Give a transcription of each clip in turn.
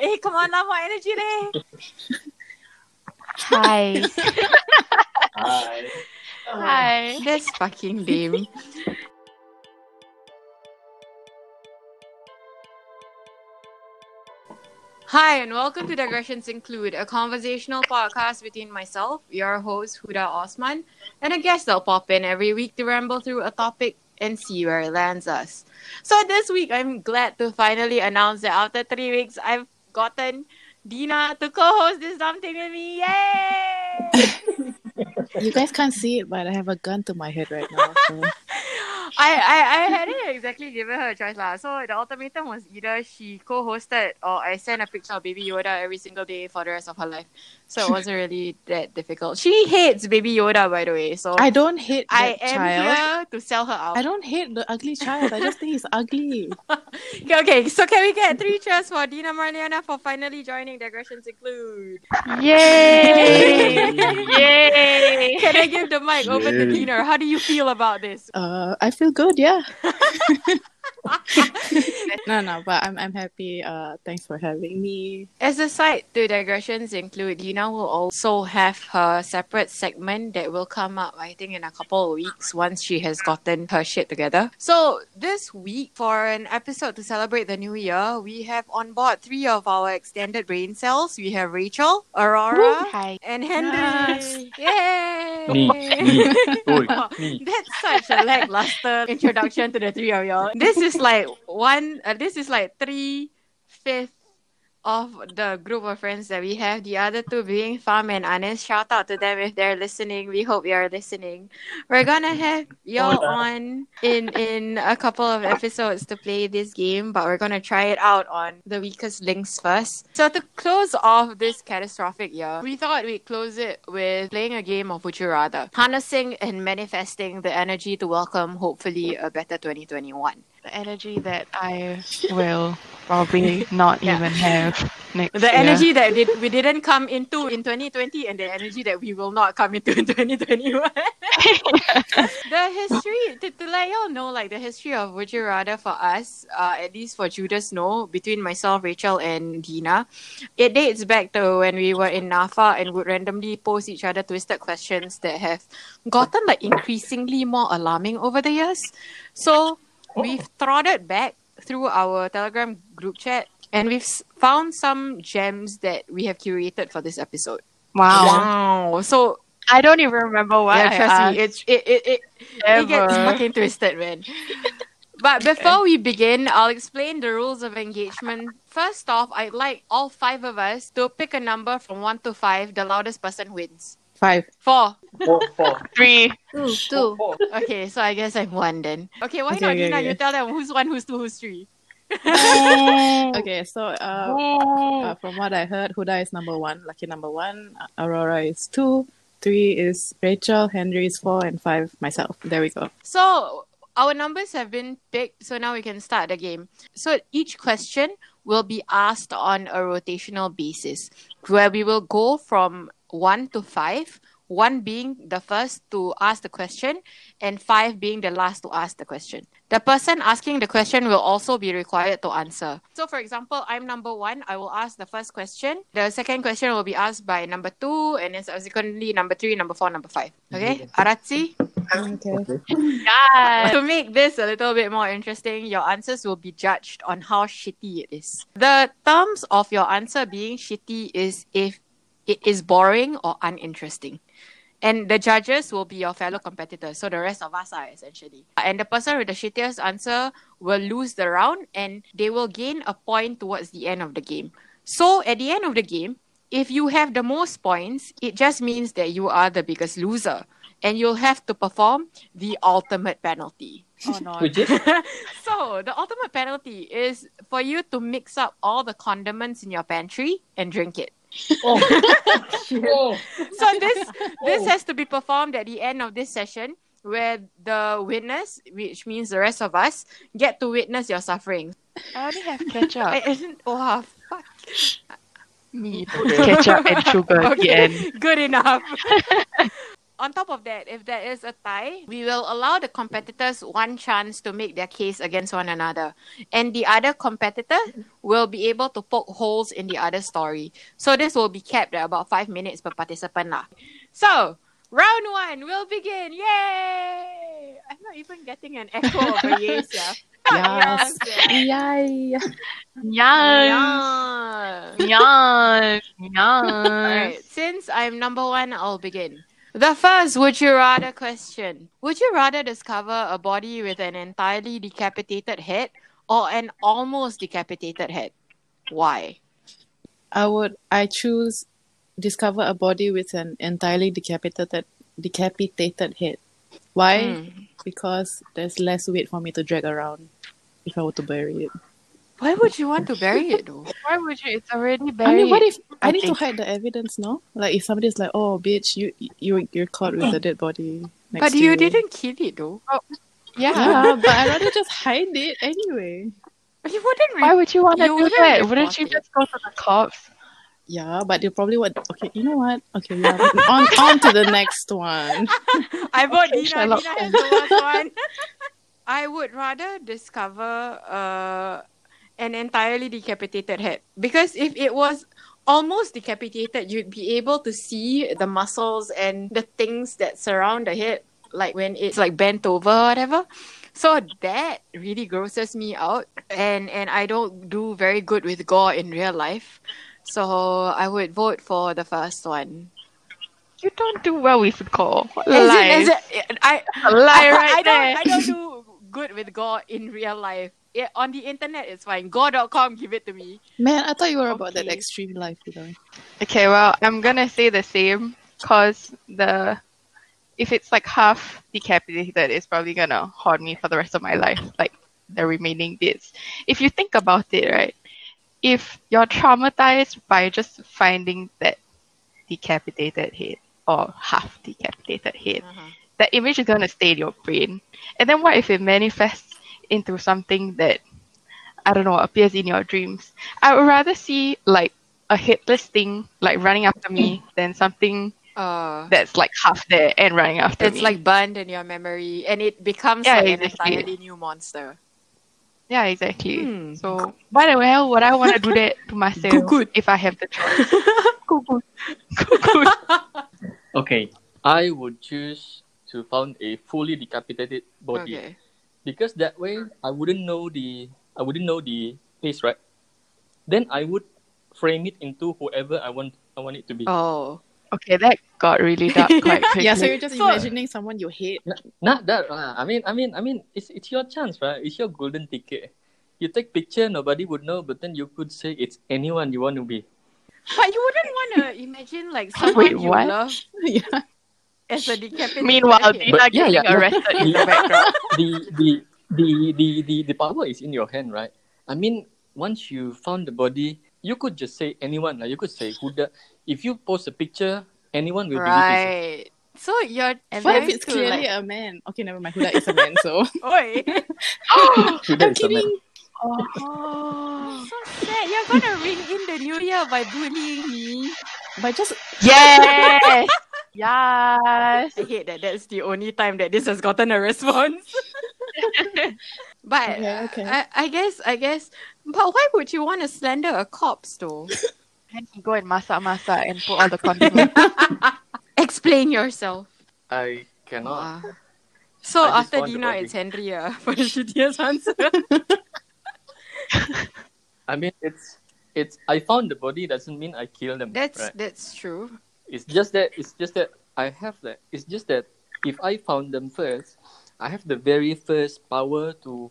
Hey, come on, love, more energy there. Hi. Hi. Hi. That's fucking lame. Hi, and welcome to Digressions Include, a conversational podcast between myself, your host, Huda Osman, and a guest that'll pop in every week to ramble through a topic and see where it lands us. So this week, I'm glad to finally announce that after three weeks, I've gotten Dina to co-host this damn thing with me. Yay! You guys can't see it, but I have a gun to my head right now. So. I, I, I hadn't exactly given her a choice lah. So the ultimatum was either she co-hosted or I sent a picture of Baby Yoda every single day for the rest of her life. So it wasn't really that difficult. She hates Baby Yoda by the way. So I don't hate that I am child. here to sell her out. I don't hate the ugly child. I just think he's ugly. Okay, okay, so can we get three cheers for Dina Marliana for finally joining Digressions Include? Yay! Yay! Can I give the mic over to Yay. Dina? How do you feel about this? Uh, I feel good. Yeah. No, no, but I'm I'm happy. Uh, thanks for having me. As a side to digressions include, Dina will also have her separate segment that will come up, I think, in a couple of weeks once she has gotten her shit together. So this week, for an episode to celebrate the new year, we have on board three of our extended brain cells. We have Rachel, Aurora, Hi. and Henry. Me, Yay! me, oi, me. That's such a lackluster introduction to the three of y'all. This is like one. Uh, this is like three fifth of the group of friends that we have. The other two being Farm and Anis. Shout out to them if they're listening. We hope you're listening. We're gonna have y'all on in in a couple of episodes to play this game, but we're gonna try it out on the weakest links first. So to close off this catastrophic year, we thought we'd close it with playing a game of Would You Rather, harnessing and manifesting the energy to welcome hopefully a better 2021. The energy that I will probably not Yeah. even have next The year. energy that did, we didn't come into in 2020 and the energy that we will not come into in 2021. the history, to, to let y'all know, like the history of Would You Rather for us, uh, at least for Judas Snow, between myself, Rachel, and Dina, it dates back to when we were in NAFA and would randomly pose each other twisted questions that have gotten like increasingly more alarming over the years. So we've trotted back through our Telegram group chat and we've s- found some gems that we have curated for this episode. Wow. Wow. So I don't even remember what yeah, I trust asked me, it's it it, it, it gets ever. fucking twisted, man. But before we begin, I'll explain the rules of engagement. First off, I'd like all five of us to pick a number from one to five. The loudest person wins. Five. Four. Four, four, Three. Two, four, two. four. Okay, so I guess I'm one then. Okay, why Okay, not, okay, Dina? okay. You tell them who's one, who's two, who's three. okay. Okay, so uh, Oh. uh, from what I heard, Huda is number one, lucky number one. Uh, Aurora is two, three is Rachel, Henry is four, and five myself. There we go. So our numbers have been picked, so now we can start the game. So each question will be asked on a rotational basis, where we will go from one to five, one being the first to ask the question, and five being the last to ask the question. The person asking the question will also be required to answer. So, for example, I'm number one, I will ask the first question. The second question will be asked by number two, and then subsequently number three, number four, number five. Okay, Aratsi? Okay. God. to make this a little bit more interesting, your answers will be judged on how shitty it is. The terms of your answer being shitty is if it is boring or uninteresting. And the judges will be your fellow competitors. So the rest of us are essentially. And the person with the shittiest answer will lose the round and they will gain a point towards the end of the game. So at the end of the game, if you have the most points, it just means that you are the biggest loser. And you'll have to perform the ultimate penalty. Oh, no. Which is so the ultimate penalty is for you to mix up all the condiments in your pantry and drink it. oh, So this this has to be performed at the end of this session where the witness, which means the rest of us, get to witness your suffering. I only have I, ketchup. isn't wow, fuck. me. Ketchup and sugar at the end. Good enough. on top of that, if there is a tie, we will allow the competitors one chance to make their case against one another. And the other competitor will be able to poke holes in the other story. So this will be capped at about five minutes per participant. Lah. So, round one will begin. Yay! I'm not even getting an echo over yes, yeah. Yes. Yes. Yay. Yes. Yeah. Yes. Yes. Alright, since I'm number one, I'll begin. The first would you rather question Would you rather discover a body with an entirely decapitated head or an almost decapitated head? Why? I would I choose discover a body with an entirely decapitated decapitated head. Why? Mm. Because there's less weight for me to drag around if I were to bury it. Why would you want to bury it though? Why would you? It's already I buried. mean, what if I, I need think. to hide the evidence? No, like if somebody's like, "Oh, bitch, you you you're caught with a dead body." Next but to you didn't kill it though. Yeah, but I'd rather just hide it anyway. You wouldn't. Why would you want to You do wouldn't that? Wouldn't report you it. just go to the cops? Yeah, but they probably would. Okay, you know what? Okay, yeah. on on to the next one. I bought Okay, Dina. Sherlock Dina has the worst one. I would rather discover uh, an entirely decapitated head because if it was almost decapitated, you'd be able to see the muscles and the things that surround the head, like when it's like bent over or whatever. So that really grosses me out, and and I don't do very good with gore in real life. So I would vote for the first one. You don't do well with call. As in- Lies. as in- I, Lie right I there. don't, I don't do good with gore in real life. Yeah, on the internet, it's fine. Gore.com, give it to me. Man, I thought you were about that Okay. extreme life, you know. Okay, well, I'm gonna say the same because the if it's like half decapitated, it's probably gonna haunt me for the rest of my life. Like the remaining bits. If you think about it, right? If you're traumatized by just finding that decapitated head or half decapitated head, that image is gonna stay in your brain. And then what if it manifests into something that I don't know appears in your dreams? I would rather see like a headless thing like running after me than something Uh, that's like half there and running after it's me. like burned in your memory and it becomes Yeah, like exactly. an entirely new monster. yeah, exactly. Hmm. So why the hell would I want to do that to myself Cuckoo. if I have Hmm. the choice? Cuckoo. Cuckoo. Okay, I would choose to found a fully decapitated body Okay. because that way I wouldn't know the I wouldn't know the place, right? Then I would frame it into whoever I want I want it to be. Oh. Okay, that got really dark quite quickly. Yeah, so you're just So- imagining someone you hate. Not that. ah. I mean, I mean, I mean, it's it's your chance, right? It's your golden ticket. You take picture, nobody would know, but then you could say it's anyone you want to be. But you wouldn't want to imagine like someone you what? love yeah. as a decapitated Meanwhile, head. Dina But yeah, getting yeah. arrested in Yeah. the background. the, the, the, the, the, the power is in your hand, right? I mean, once you found the body, you could just say anyone. Like you could say who the. If you post a picture, anyone will believe Right. So you're What if advised it's to, clearly like, a man? Okay, never mind. Huda is a man, so Oi. it's you. I'm Huda is a man. kidding. Oh. so sad. You're gonna ring in the new year by bullying me. But just Yes. yes. I hate that that's the only time that this has gotten a response. but Okay, okay. I, I guess I guess but why would you want to slander a corpse though? Then he go and masak masak and put all the condiments. Explain yourself. I Wah. cannot. So I just after want the Dina body. it's Henry uh, for the shittiest answer. I mean, it's it's. I found the body doesn't mean I kill them. That's right? that's true. It's just that it's just that I have that. It's just that if I found them first, I have the very first power to.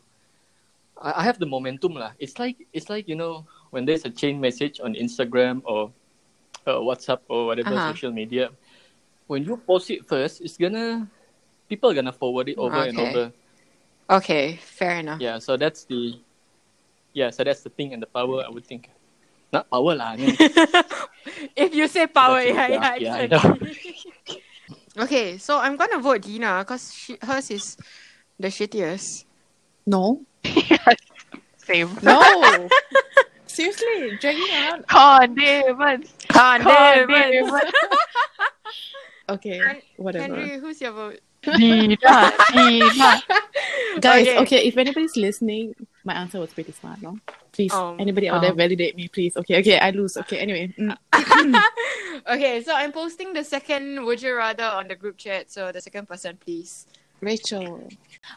I, I have the momentum lah. It's like it's like you know when there's a chain message on Instagram or uh, WhatsApp or whatever Uh-huh. social media. When you post it first, it's gonna people are gonna forward it over and Okay. over. Okay, fair enough. Yeah, so that's the yeah, so that's the thing and the power I would think. Not power lah. I mean, if you say power, yeah, That's it, yeah, yeah, yeah, I exactly. okay, so I'm gonna vote Dina because she, hers is the shittiest. no, Same. no. Seriously, dragging around. Ah, Condiments. Condemn. Condiments. Okay, Hen- whatever. Henry, who's your vote? Dina, Dina. Guys, Okay. okay. if anybody's listening, my answer was pretty smart, no? Please, Um, anybody out there, validate me, please. Okay, okay, I lose. Okay, anyway. Mm. okay, so I'm posting the second would you rather on the group chat. So the second person, please. Rachel.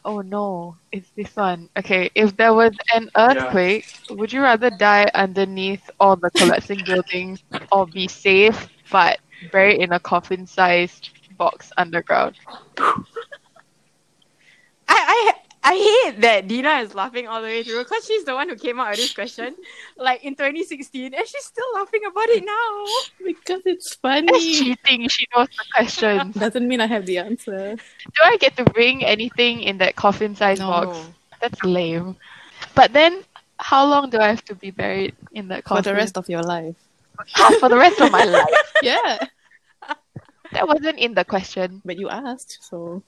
Oh no, it's this one. Okay, if there was an earthquake, would you rather die underneath all the collapsing buildings or be safe but buried in a coffin sized box underground? I I I hate that Dina is laughing all the way through because she's the one who came out with this question, like in 2016, and she's still laughing about it now. Because it's That's funny. cheating, she knows the questions. Doesn't mean I have the answer. Do I get to bring anything in that coffin sized No. box? That's lame. But then how long do I have to be buried in that For coffin? the rest of your life. Oh, for the rest of my life. Yeah. That wasn't in the question. But you asked, so.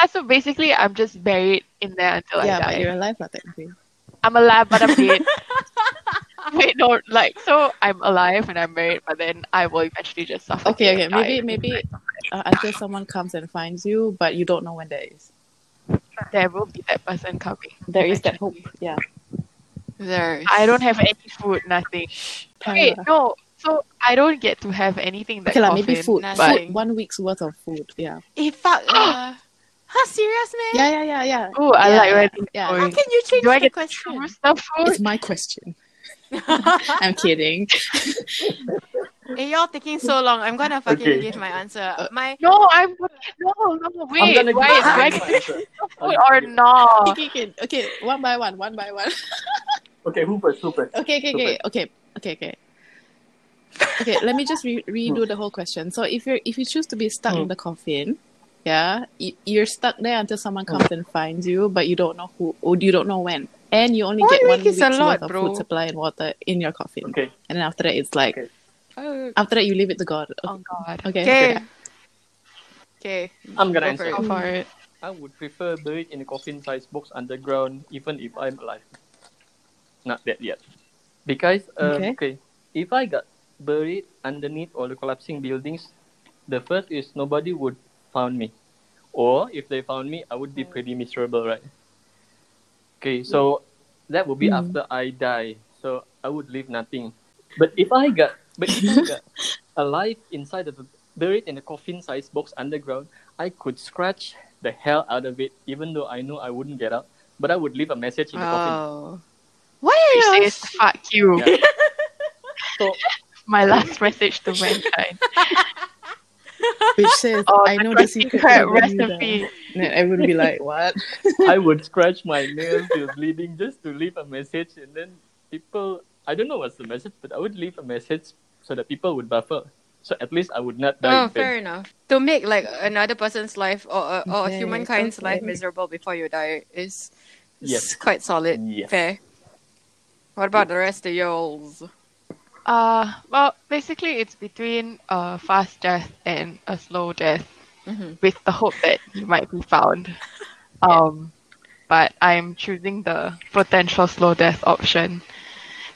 Ah, So basically, I'm just buried in there until yeah, I but die. you're alive, not technically. I'm alive, but I'm dead. Wait, no, like so I'm alive and I'm married, but then I will eventually just suffer. Okay, okay. Maybe, maybe uh, until someone comes and finds you, but you don't know when that is. there will be that person coming. There is that hope. Yeah. There. I don't have any food, nothing. Wait, Tyra. no. So I don't get to have anything that Okay, like maybe coffin, food. but Food, one week's worth of food. Yeah. It fuck. Uh, huh? Serious man? Yeah, yeah, yeah, yeah. Ooh, I Yeah, like where yeah, this is yeah. How going. can you change Do I the get to question? choose the food? It's my question. I'm kidding. Hey, y'all taking so long. I'm gonna fucking Okay. give my answer. My No, I'm no, no. I'm Wait, gonna why? give do I my get to answer. food or not? okay, okay, okay. One by one, one by one. Okay, who first? Who first? Okay, okay, okay, okay, okay, okay. Okay, let me just re- redo the whole question. So if you're if you choose to be stuck in the coffin, yeah, y- you're stuck there until someone comes and finds you, but you don't know who or you don't know when, and you only One get one week is week's a lot, worth of bro. food supply and water in your coffin, Okay. and then after that it's like Okay. oh, after that you leave it to God. Oh God. Okay, okay. Okay. I'm Go gonna answer. for Go for it. I would prefer buried in a coffin-sized box underground, even if I'm alive. Not dead yet, because um, Okay. okay. if I got buried underneath all the collapsing buildings, the first is nobody would found me, or if they found me, I would be pretty miserable, right? Okay, so that would be Mm. after I die, so I would leave nothing. But if I got, but if I got alive inside of a, buried in a coffin-sized box underground, I could scratch the hell out of it, even though I know I wouldn't get out. But I would leave a message in the coffin. Oh. Why She are you? says, "Fuck you." Yeah. So My last message to mankind. which says Oh, I know the the secret. secret to Bermuda." recipe. uh," And then everyone will be like, "What?" Ah. I would scratch my nails till bleeding just to leave a message, and then people. I don't know what's the message, but I would leave a message so that people would buffer. So at least I would not die Oh, in vain. fair enough. To make like another person's life or or, or Okay, humankind's okay. life miserable before you die is, is Yes. quite solid. Yes. Fair. What about the rest of yours? Uh, well, basically, it's between a fast death and a slow death, Mhm. with the hope that you might be found. Um, but I'm choosing the potential slow death option,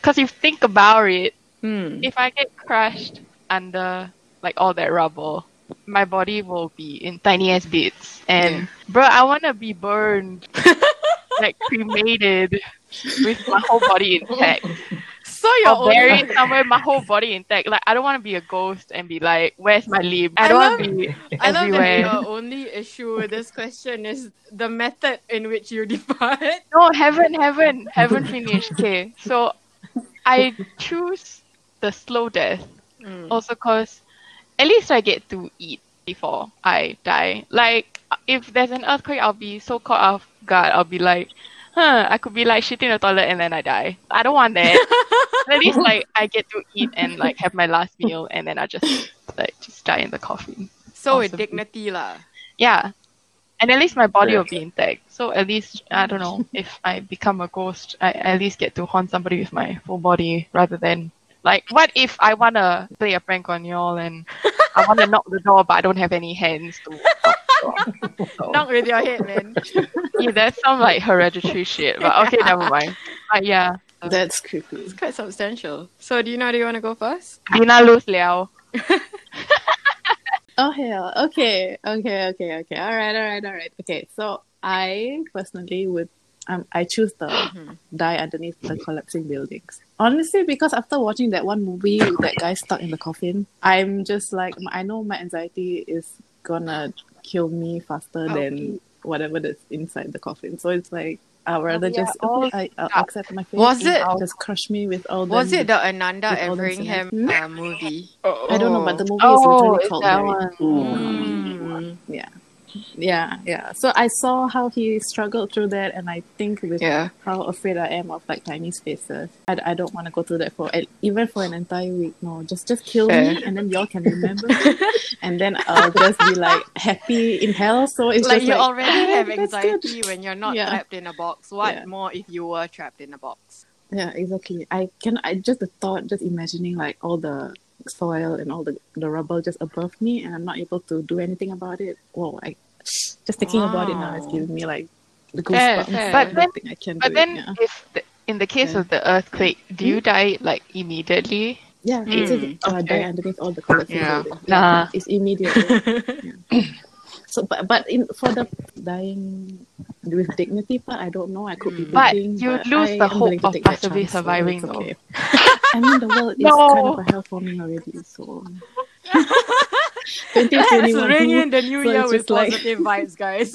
because if you think about it, Hmm. if I get crushed under like all that rubble, my body will be in tiny ass bits. And bro, I wanna be burned, like cremated, with my whole body intact, So you're or only- buried somewhere, my whole body intact. Like I don't wanna be a ghost and be like, "Where's my limb?" I I don't love- wanna be I love that everywhere. your only issue with this question is the method in which you depart. No, haven't, haven't, haven't finished. Okay, so I choose the slow death. Mm. Also, cause at least I get to eat before I die. Like uh, if there's an earthquake, I'll be so caught off guard. I'll be like, huh, I could be like shitting in the toilet and then I die. I don't want that. at least like I get to eat and like have my last meal and then I just like just die in the coffin. So with Awesome. dignity lah. Yeah. And at least my body Yeah. will be intact. So at least I don't know if I become a ghost, I at least get to haunt somebody with my full body rather than like what if I wanna play a prank on y'all and I wanna knock the door but I don't have any hands to knock the door. Oh. So, Knock with your head, man. yeah, that's some like hereditary shit. But okay, never mind. But yeah. That's creepy. It's quite substantial. So do you know do you want to go first? Dina lose Liao. Oh hell. Okay. Okay. Okay. Okay. All right. All right. All right. Okay. So I personally would um I choose the die underneath the collapsing buildings. Honestly, because after watching that one movie with that guy stuck in the coffin, I'm just like m- I know my anxiety is gonna kill me faster than whatever that's inside the coffin. So it's like I'd rather we are just all okay, I, I'll stuck. accept my fate. Was and it- I'll just crush me with all the Was it the Ananda with all them Everingham uh, movie? I don't know, but the movie is Oh, literally it's called that Mary. one. Mm. Yeah, yeah. So I saw how he struggled through that, and I think with Yeah. how afraid I am of like tiny spaces, I, I don't want to go through that for and even for an entire week. No, just just kill Fair. me, and then y'all can remember, me, and then I'll just be like happy in hell. So it's Like just you like, already have "Ah, that's good." anxiety when you're not Yeah. trapped in a box. What Yeah. more if you were trapped in a box? Yeah, exactly. I can. I just the thought, just imagining like all the soil and all the the rubble just above me, and I'm not able to do anything about it. Whoa! I just thinking about it now is Wow. giving me like Fair, the goosebumps. fair. I But then- don't think I can But do then, it. if the, in the case Yeah. Hmm? of the earthquake, do you die like immediately? Yeah, yeah. it's Mm, a, uh, okay. die underneath all the colorful Yeah. buildings. Nah. it's immediate. Yeah. So, but but in for the dying with dignity part, I don't know. I could be Mm. But thinking, you lose I the am willing hope to of take that possibly chance, so it's surviving, okay. I mean, the world is kind of No. a hell for me already. So Let's 2021. ring in the new so year it's with just like- positive vibes, guys.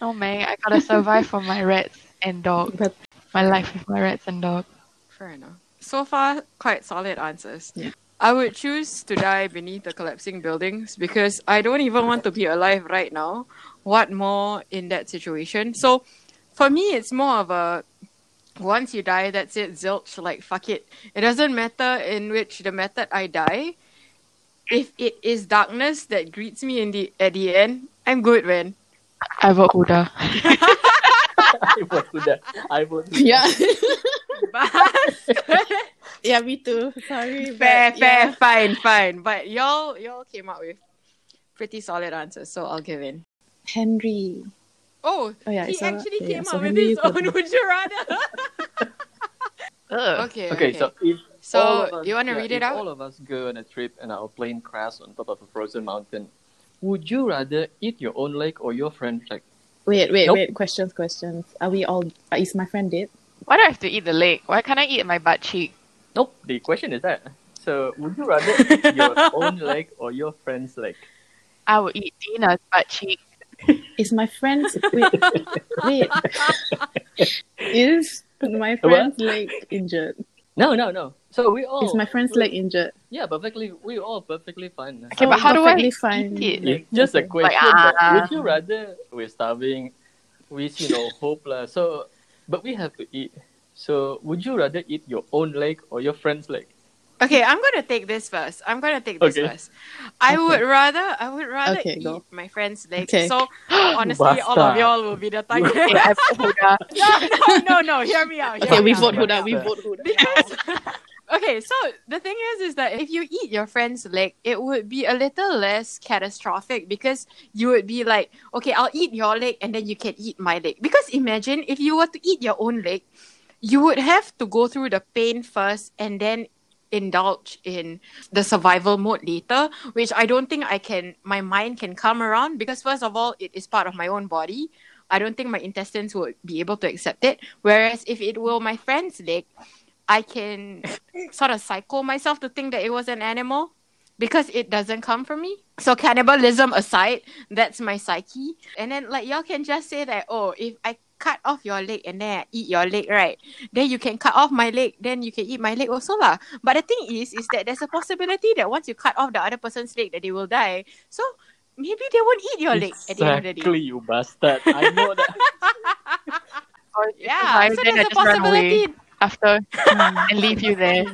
No Oh, man, I gotta survive for my rats and dog. But My life with my rats and dog. Fair enough. So far, quite solid answers. Yeah. I would choose to die beneath the collapsing buildings because I don't even want to be alive right now. What more in that situation? So, for me, it's more of a once you die, that's it, zilch, like fuck it. It doesn't matter in which the method I die. If it is darkness that greets me in the at the end, I'm good, man. I vote Huda. I would do that. I would. do yeah, But yeah, me too. Sorry, fair, but fair, yeah. fine, fine. But y'all, y'all came up with pretty solid answers, so I'll give in. Henry. Oh, Oh yeah, he it's all- actually yeah, came so up with Henry, his you go own. first. Would you rather? Ugh. okay, that. Okay, so if so all of us- you want to yeah, read it if out? All of us go on a trip and our plane crashes on top of a frozen mountain. Would you rather eat your own leg or your friend's leg? Wait, wait, Nope. wait. Questions, questions. Are we all? uh, Is my friend dead? Why do I have to eat the leg? Why can't I eat my butt cheek? Nope. The question is that. So would you rather eat your own leg or your friend's leg? I would eat Dina's butt cheek. Is my friend's wait wait is my What? friend's leg injured? No, no, no. So we all. Is my friend's leg injured? Yeah, perfectly. We all perfectly fine. Oh, Okay, Oh, but how do I perfectly eat fine. it? It's just a question. Like, but ah. would you rather we're starving, we see no hope lah. So, but we have to eat. So, would you rather eat your own leg or your friend's leg? Okay, I'm gonna take this first. I'm gonna take this Okay. first. I Okay. would rather, I would rather Okay, eat go. my friend's leg. Okay. So honestly, all of Bastard. y'all will be the target. Okay, I vote Huda. no, no, no, no. Hear me out. Hear Okay, me we out, vote hear me Huda. out. We vote Huda. Because okay, so the thing is, is that if you eat your friend's leg, it would be a little less catastrophic because you would be like, okay, I'll eat your leg and then you can eat my leg. Because imagine if you were to eat your own leg, you would have to go through the pain first and then indulge in the survival mode later, which I don't think I can, my mind can come around because, first of all, it is part of my own body. I don't think my intestines would be able to accept it. Whereas if it were my friend's leg, I can sort of psycho myself to think that it was an animal because it doesn't come from me. So cannibalism aside, that's my psyche. And then like y'all can just say that, oh, if I cut off your leg and then I eat your leg, right? Then you can cut off my leg, then you can eat my leg also lah. But the thing is, is that there's a possibility that once you cut off the other person's leg that they will die. So maybe they won't eat your leg at the end of the day. Exactly, you bastard. I know that. Or if Yeah, I- so then I there's a just run away possibility after Hmm. and leave you there.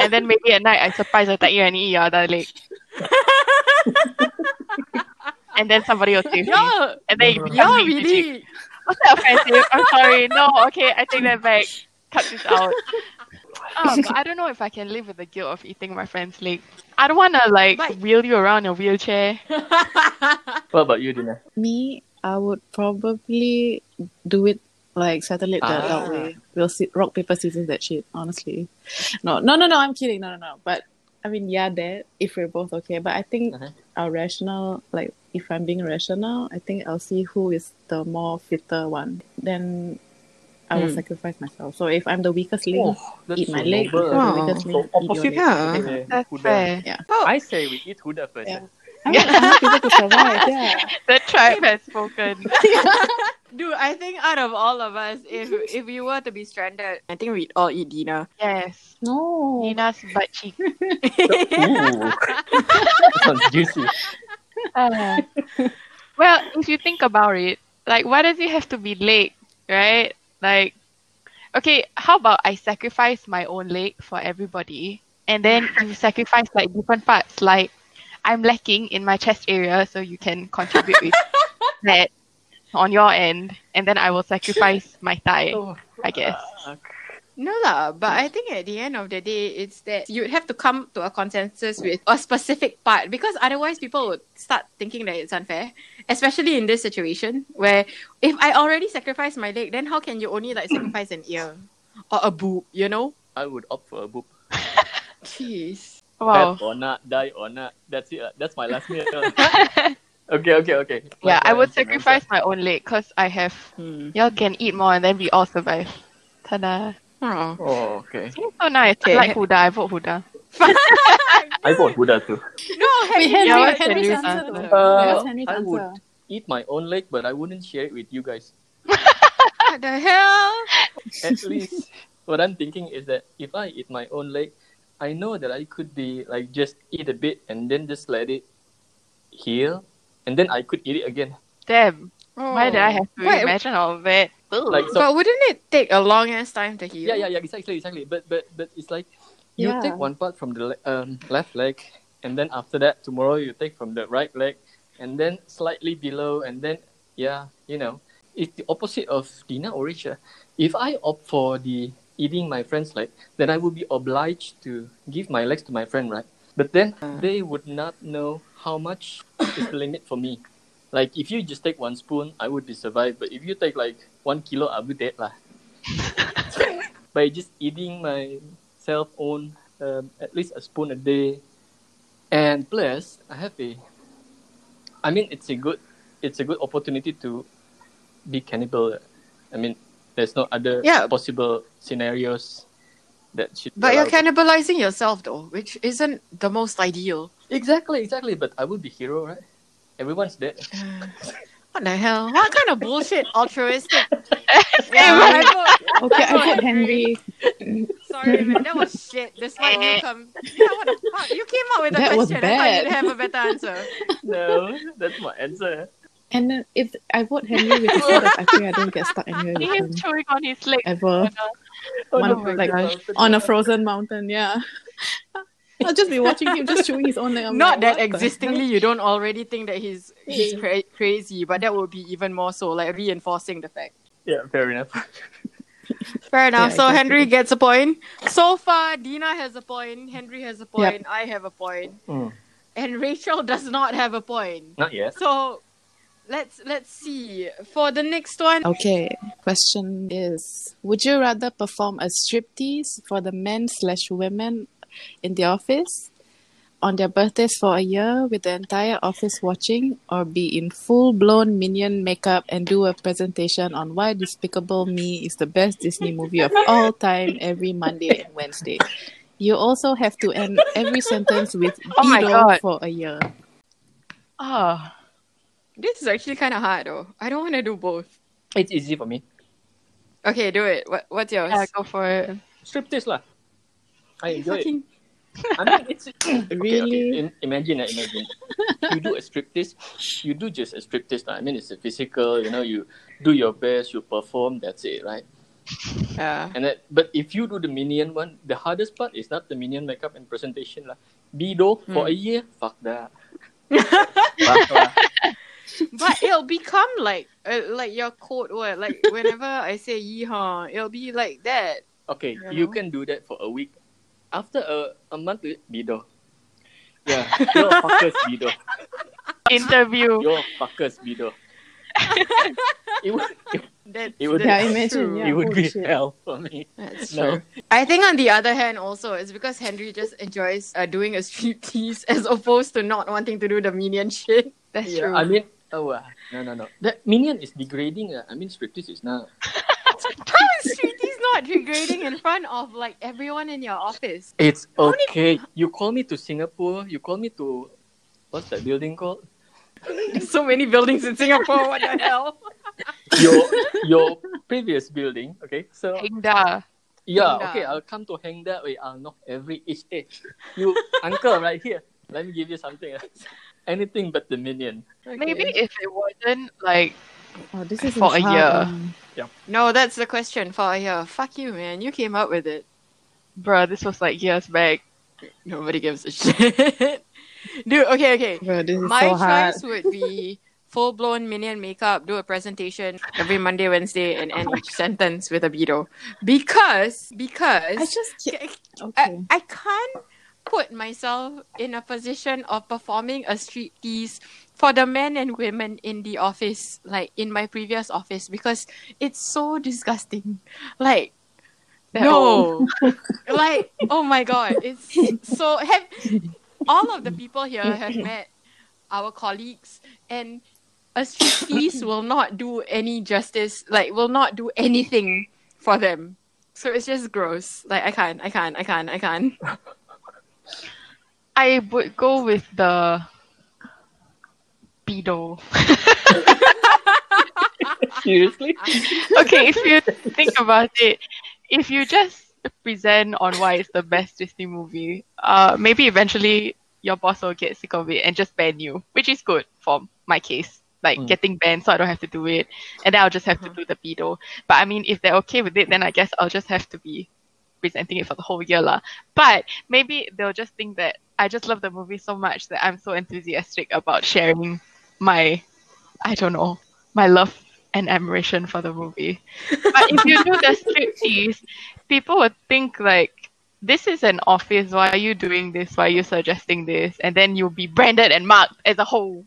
and then maybe at night I surprise attack you and eat your other leg. and then somebody will save me. Y'all, And then it y'all becomes me cheek. really What's that offensive? I'm sorry. No, okay, I take that back. Cut this out. Oh, but I don't know if I can live with the guilt of eating my friend's leg. I don't want to like But- wheel you around in a wheelchair. What about you, Dina? Me, I would probably do it like settle it the Ah. adult way. We'll see rock paper scissors that shit. Honestly, no, no, no, no. I'm kidding. No, no, no. But I I mean, yeah, that if we're both okay, but I think Uh-huh. our rational, like if I'm being rational, I think I'll see who is the more fitter one. Then I will Hmm. sacrifice myself. So if I'm the weakest link, Oh, that's eat my so leg. If noble. you're the Wow. weakest So link, eat your opposite. leg. Yeah. Okay, That's Huda. fair. Yeah. I say we eat Huda first. Yeah. I want, I Yeah. want people to survive. Yeah. The tribe has spoken. Dude, I think out of all of us, if if we were to be stranded, I think we'd all eat dinner. yes. No. Nina's butt cheek. Ooh. Sounds juicy. Uh, well, if you think about it, like, why does it have to be leg, right? Like, okay, how about I sacrifice my own leg for everybody, and then you sacrifice like different parts. Like, I'm lacking in my chest area, so you can contribute with that on your end, and then I will sacrifice my thigh, I guess. No lah, but I think at the end of the day, it's that you'd have to come to a consensus with a specific part because otherwise people would start thinking that it's unfair, especially in this situation where if I already sacrificed my leg, then how can you only like sacrifice an ear or a boob? You know, I would opt for a boob. jeez. Wow. Death or not, die or not. That's it. lah. That's my last meal. okay, okay, okay. Last one, Yeah, I would last one, last sacrifice my own leg because I have. Hmm. Y'all can eat more, and then we all survive. Ta-da! Oh. one. Oh, okay. So nice. Okay. I like Huda. I vote Huda. I got Huda too. No, have Wait, you Henry, Yeah, never- what can Henry's you answer. answer? though. Uh, What's Henry's I answer? would- Eat my own leg, but I wouldn't share it with you guys. what the hell? At least what I'm thinking is that if I eat my own leg, I know that I could be like just eat a bit and then just let it heal, and then I could eat it again. Damn. Why did I Oh. have to Wait, imagine all of that? Like so, but wouldn't it take a long ass time to heal? Yeah, yeah, yeah, exactly, exactly. But but but it's like you Yeah. take one part from the le- um, left leg, and then after that tomorrow you take from the right leg, and then slightly below, and then yeah, you know, it's the opposite of Dina or Richard. If I opt for the eating my friend's leg, then I would be obliged to give my legs to my friend, right? But then they would not know how much is the limit for me. Like if you just take one spoon, I would be survived. But if you take like one kilo, I'll be dead lah by just eating myself own um, at least a spoon a day and plus i have a i mean it's a good it's a good opportunity to be cannibal i mean there's no other Yeah. possible scenarios that should But you're allow- cannibalizing yourself though, which isn't the most ideal. exactly exactly but i would be hero right everyone's dead What the hell? What kind of bullshit altruistic? right. I vote- Okay, I put Henry. sorry, man. That was shit. Despite you come, yeah, what the fuck? You came up with a That was question. I thought bad. you'd have a better answer. no that's my answer And then if I vote Henry with the sort of I think I don't get stuck anywhere with him He's chewing on his leg. ever. One no, of, my like, God. On a frozen mountain, yeah. I'll just be watching him just chewing his own leg. I'm Not like, that what the existingly you don't already think that he's he's Yeah. cra- crazy, but that would be even more so, like reinforcing the fact. yeah fair enough Fair enough. Yeah, so exactly. Henry gets a point. So far, Dina has a point. Henry has a point. I have a point, Mm. and Rachel does not have a point. not yet So let's let's see for the next one. Okay, question is Would you rather perform a striptease for the men slash women in the office on their birthdays for a year with the entire office watching, or be in full blown minion makeup and do a presentation on why Despicable Me is the best Disney movie of all time every Monday and Wednesday? You also have to end every sentence with Oh my Beedle God. for a year. Oh, This is actually kind of hard though. I don't want to do both. it's easy for me Okay, do it. What what's yours? yeah, go for it. striptease lah You i enjoy it fucking- I mean, it's Really? Okay, okay. im- Imagine, uh, imagine. you do a striptease. You do just a striptease. lah. I mean, it's a physical. You know, you do your best. You perform. That's it, right? Yeah. And that, but if you do the minion one, the hardest part is not the minion makeup and presentation lah. Bido for a year. Fuck that. Fuck lah. but it'll become like uh, like your code word. Like whenever I say yeehaw, it'll be like that. Okay, You you know? can do that for a week. After a, a month, Bido. Yeah, you're fuckers, Bido. Interview. You're fuckers, Bido. it would, it, That, It would- that's Yeah, imagine, true. yeah. it would oh, be shit. hell for me. That's true. No. I think on the other hand, also it's because Henry just enjoys uh, doing a striptease as opposed to not wanting to do the minion shit. That's Yeah, true. I mean, oh, uh, no, no, no. That minion is degrading. Uh, I mean, striptease is not. How is striptease not degrading in front of like everyone in your office? It's okay. You call me to Singapore. You call me to what's that building called? There's so many buildings in Singapore. What the hell? Your your previous building. Okay, so Hengda. yeah, Hengda. okay. I'll come to hang that way. I'll knock every each day. You uncle right here. Let me give you something. else. Anything but the minion. Maybe if it wasn't like Oh, this is For a hard year. one. No, that's the question for here. Fuck you, man. You came up with it. bruh, this was like years back. Nobody gives a shit. Dude, okay, okay. Bro, this is My so hard. choice would be full blown minion makeup, do a presentation every Monday, Wednesday, and end each sentence with a veto. Because, because I just ca- can't. I, Okay. I can't put myself in a position of performing a street tease for the men and women in the office, like in my previous office, because it's so disgusting. Like, That no, like, oh my god, it's so. Have all of the people here have met our colleagues, and a street tease will not do any justice. Like, will not do anything for them. So it's just gross. Like I can't, I can't, I can't, I can't. I would go with the beetle. Seriously? okay, if you think about it, if you just present on why it's the best Disney movie, uh, maybe eventually your boss will get sick of it and just ban you, which is good for my case. Like Mm. getting banned, so I don't have to do it, and then I'll just have to do the pedo. But I mean, if they're okay with it, then I guess I'll just have to be presenting it for the whole year, lah. But maybe they'll just think that I just love the movie so much that I'm so enthusiastic about sharing my, I don't know, my love and admiration for the movie. But if you do the striptease, people would think like, this is an office. Why are you doing this? Why are you suggesting this? And then you'll be branded and marked as a whole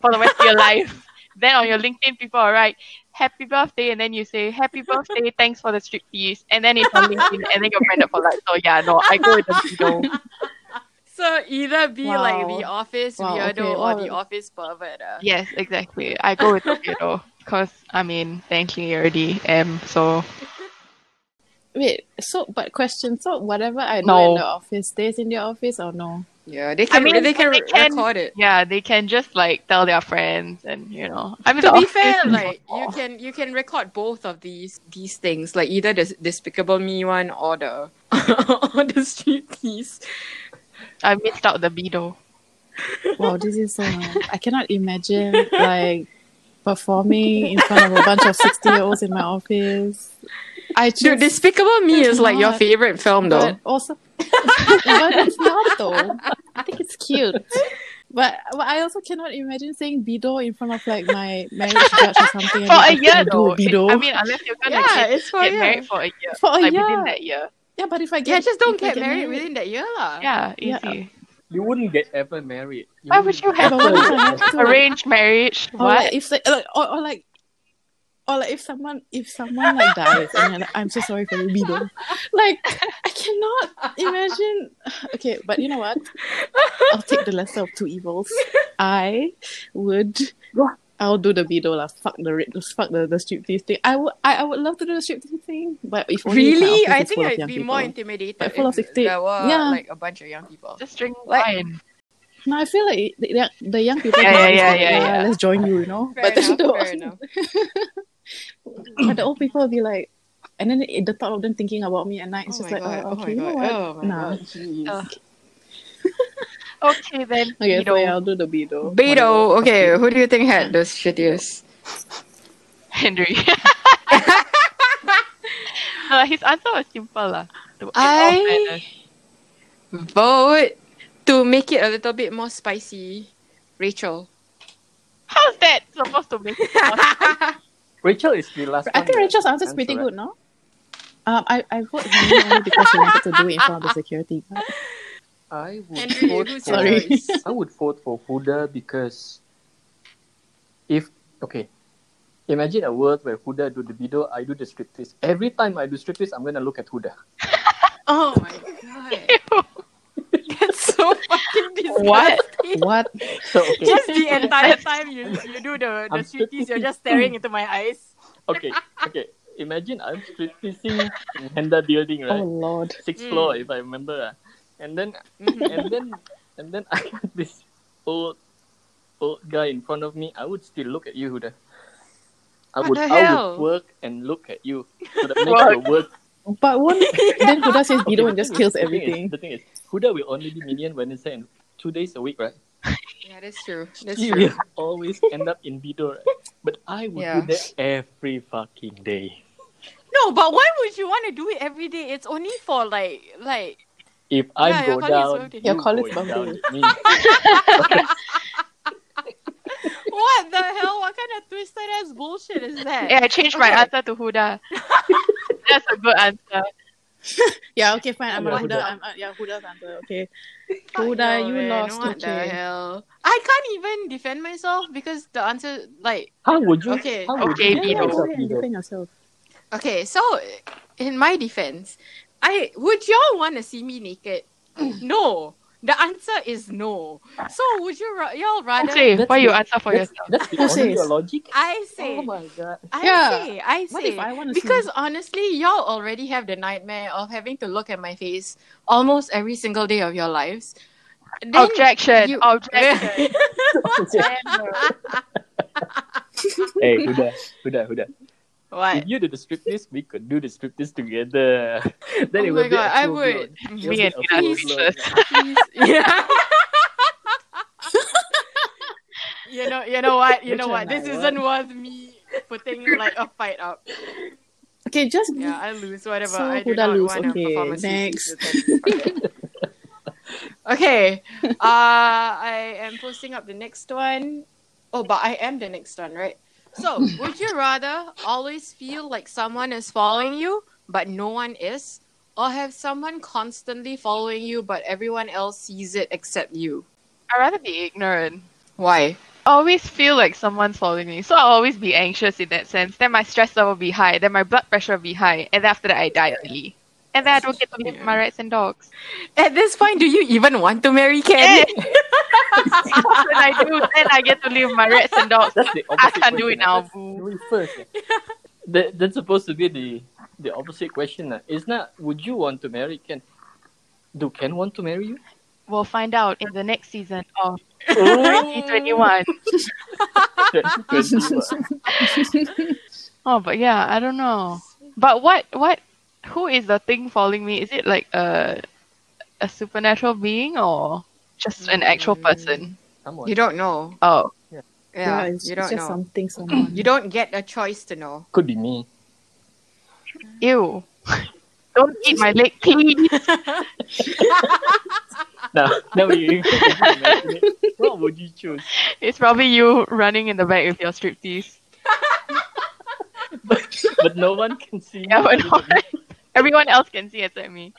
for the rest of your life. Then on your LinkedIn, people are like, "Happy birthday," and then you say, "Happy birthday, thanks for the striptease," and then it's on LinkedIn, and then you're branded for life. So yeah, no, I go with the beetle. So either be like Wow. the office Wow, weirdo okay, or well- the office pervert. ah. Yes, exactly. I go with the beetle because I mean, thankfully, I already am. So Wait. So, but question. So, whatever I do No. in the office stays in the office or no? Yeah, they I mean, but re- they can- it. yeah, they can just like tell their friends, and you know, I mean, To the be office fair, is like so you small. can you can record both of these these things, like either the Despicable Me one or the or the street piece. I missed out the beetle. Wow, this is so hard. I cannot imagine like performing in front of a bunch of sixty-year-olds in my office. I choose, Dude, Despicable Me is like your Not- favorite film, though. but also, but it's not though. I think it's cute, but, but I also cannot imagine saying Bido in front of like my marriage judge or something. For a I mean, year I though, do Bido. I mean, unless you're gonna yeah, get, it's for get you. married for Oh, a year, for a like year. within that year. Yeah, but if I get Yeah, just don't if I get married within that year, lah. Yeah, Yeah. easy. You wouldn't get ever married. You Why would wouldn't you get have But what if I ever- have to? Arranged marriage? Or What? like Oh, if like, like, or, or like or like if someone if someone like dies and you're like, I'm so sorry for the widow. Like I cannot imagine okay, but you know what? I'll take the lesser of two evils. I would I'll do the widow lah. Fuck the ri- fuck the, the striptease thing. I would I, I would love to do the striptease thing, but if only if my Really? outfit I is think full of I'd young be people. more intimidated Like, full if of 60. there were Yeah. like a bunch of young people. Just drink Like- wine. No, I feel like the, the- the young people. Yeah, yeah, nowadays, yeah, like, yeah, "Ah, yeah. Let's join you, you know. Fair but then enough, the, fair enough. but the old people will be like, and then it- the thought of them thinking about me at night is just like, oh, okay, you know what? Nah. Nah. Okay then. Okay, so Beetle. yeah, I'll do the Beto. Beto, okay, who do you think had the shittiest? Henry. no, his answer was simple lah. To- in all I- fairness. Vote to make it a little bit more spicy. Rachel. How's that supposed to make? it possible? Rachel is the last I one, think right? Rachel's answer is I'm pretty correct. good, no? Um, I, I vote Henry only because she wanted to do it in front of the security guard. I would Henry, vote who's for- your Sorry. choice? I would vote for Huda because if okay, Imagine a world where Huda do the video, I do the striptease. Every time I do striptease, I'm gonna look at Huda. Oh my god. That's so fucking disgusting. What? What? So okay, Just the entire time you, you do the, the I'm striptease, you're just staring into my eyes. okay, okay. Imagine I'm stripteasing in Henda building, Oh right? Lord. Sixth Mm. floor, if I remember. ah. And then Mhm. and then and then I got this old old guy in front of me. I would still look at you, Huda. I What would the I hell? would work and look at you. So that makes your work. But one then Huda says Okay, Bido the and just thing kills is- the thing is- everything. The thing is, Huda will only be minion Wednesday and two days a week, right? Yeah, that's true. That's She true. will always end up in Bido, right? But I would Yeah. do that every fucking day. No, but why would you want to do it every day? It's only for like like If Yeah, I go your colleague's down, birthday. Your you colleague's going down birthday. with me. what the hell? What kind of twisted ass bullshit is that? Yeah, Eh, I changed my Okay. answer to Huda. That's a good answer. Yeah, okay, fine. I'm Yeah, a Huda. Huda. I'm a, yeah, Huda's answer. Okay. Fuck Huda, no, you man. lost. What the okay. hell? I can't even defend myself because the answer like How would you? Okay. How would Okay, you Yeah, defend Bido. go yourself, ahead and Bido? defend yourself. okay, so in my defense, I would y'all want to see me naked? no. The answer is no. So would you ra- y'all rather Say, That's why you the- answer for That's, yourself? that's Who the only says? your logic. I say Oh my god. I Yeah. say I say What if I want to Because honestly, y'all already have the nightmare of having to look at my face almost every single day of your lives. Then Objection. you- Objection. hey, Huda, Huda, Huda. what? If you do the striptease, we could do the striptease together. then it Oh my will be a God, I full would. blown. It will Me be and a full Huda are blown. speechless. Please. Yeah. you know, you know what, you Which know what. one This I isn't worth me putting like a fight up. Okay, just Yeah, I lose whatever. So I do not Huda lose. want Okay, a performance. next. okay. Uh, I am posting up the next one. Oh, but I am the next one, right? So, would you rather always feel like someone is following you, but no one is, or have someone constantly following you, but everyone else sees it except you? I'd rather be ignorant. Why? I always feel like someone's following me, so I'll always be anxious in that sense. Then my stress level will be high, then my blood pressure will be high, and then after that I die early. And then I don't get to live with my rats and dogs. At this point, do you even want to marry Yeah. Ken? when I do, then I get to live with my rats and dogs. That's the I opposite can't do it question, ah. now, That's- boo. do it first. ah. that, that's supposed to be the the opposite question. ah. It's not. Would you want to marry Ken? Do Ken want to marry you? We'll find out in the next season of Oh, 2021. 2021. Oh, but yeah, I don't know. But what, what, who is the thing following me? Is it like a, a supernatural being or just an actual person? Come on. You don't know. Oh, Yeah, it's, you don't it's just know. something someone. You don't get a choice to know. Could be me. ew. Don't eat my leg, please. Now, now you. what would you choose? It's probably you running in the back with your striptease. But no one can see. Yeah, you. but no, everyone else can see except me.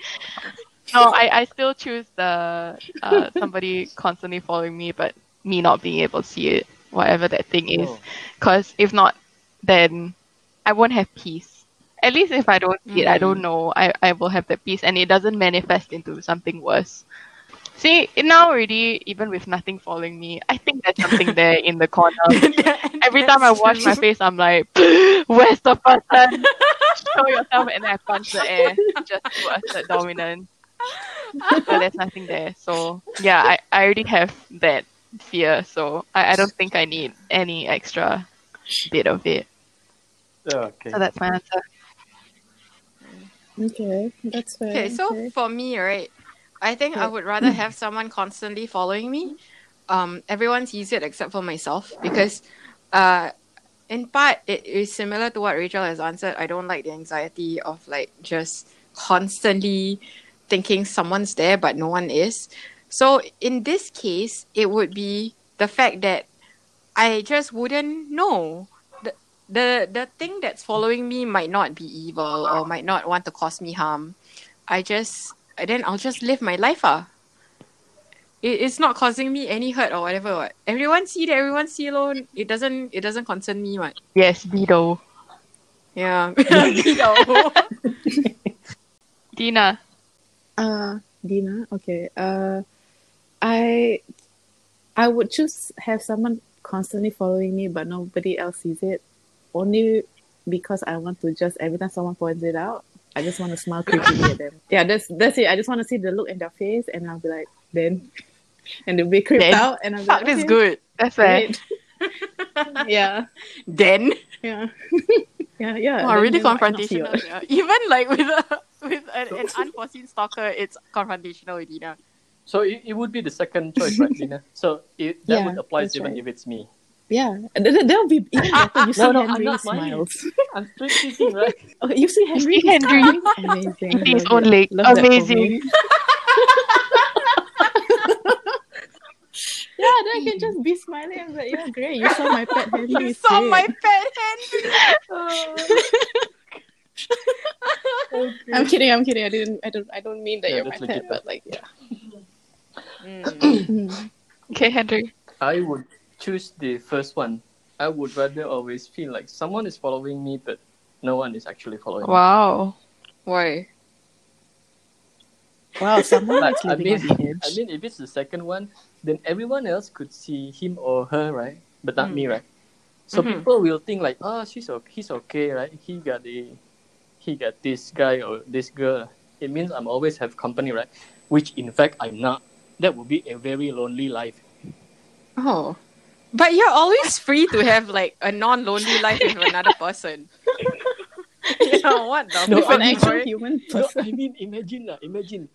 No, I, I still choose the uh, somebody constantly following me, but me not being able to see it, whatever that thing is. Oh. Because if not, then I won't have peace. At least if I don't see it, I don't know, I, I will have that peace and it doesn't manifest into something worse. See, now already, even with nothing following me, I think there's something there in the corner. Every time I wash my face, I'm like, where's the person? Show yourself, and I punch the air just to assert dominance. But there's nothing there. So, yeah, I, I already have that fear. So, I, I don't think I need any extra bit of it. Oh, Okay. So, that's my answer. Okay, that's fair. Okay, so okay. for me, right, I think I Okay. would rather have someone constantly following me. Um, everyone sees it except for myself because, uh, in part, it is similar to what Rachel has answered. I don't like the anxiety of like just constantly thinking someone's there but no one is. So in this case, it would be the fact that I just wouldn't know. The the the thing that's following me might not be evil or might not want to cause me harm. I just then I'll just live my life ah. It, it's not causing me any hurt or whatever. What everyone see that everyone see alone. It doesn't. It doesn't concern me. What Yes, Dido. yeah. Yo. Dina. Uh, Dina. Okay. Uh, I, I would choose have someone constantly following me, but nobody else sees it, only because I want to just every time someone points it out, I just want to smile creepily at them. Yeah, that's that's it. I just want to see the look in their face, and I'll be like, then, and they'll be creeped Then? out, and I'll be Fuck like, this okay, good. That's right. great. yeah, then yeah, yeah, yeah. oh, then really they might not see confrontational. what- yeah. Even like with a with an, an unforeseen stalker, it's confrontational, Dina. So it, it would be the second choice, right, Dina? So it, that Yeah, would apply that's even right. if it's me. Yeah, and then- then they'll be even better. You see no, I'm Henry not lying. smiles. I'm straight thinking, right? Okay, you see Henry. see he's Henry. crying. Amazing. Eating his Love own it. leg. Love that for me. Amazing. Yeah, then I can just be smiling. I'm like, yeah, great. You saw my pet Henry. You it's saw great. my pet hand. I'm kidding. I'm kidding. I didn't. I don't. I don't mean that Yeah, you're my that's pet, legit. but like, yeah. Mm. Okay, Henry. I would choose the first one. I would rather always feel like someone is following me, but no one is actually following me. Wow. Why? Wow, someone Like, is I living mean, on the I edge. mean, if it's the second one, then everyone else could see him or her, right? But not Mm. me, right? So Mhm. people will think like, oh, she's okay, he's okay, right? He got the, he got this guy or this girl. It means I'm always have company, right? Which in fact I'm not. That would be a very lonely life. Oh. But you're always free to have like a non lonely life with another person. you know what the No, With fuck, an I mean, actual right? human No, person. I mean, imagine lah, imagine.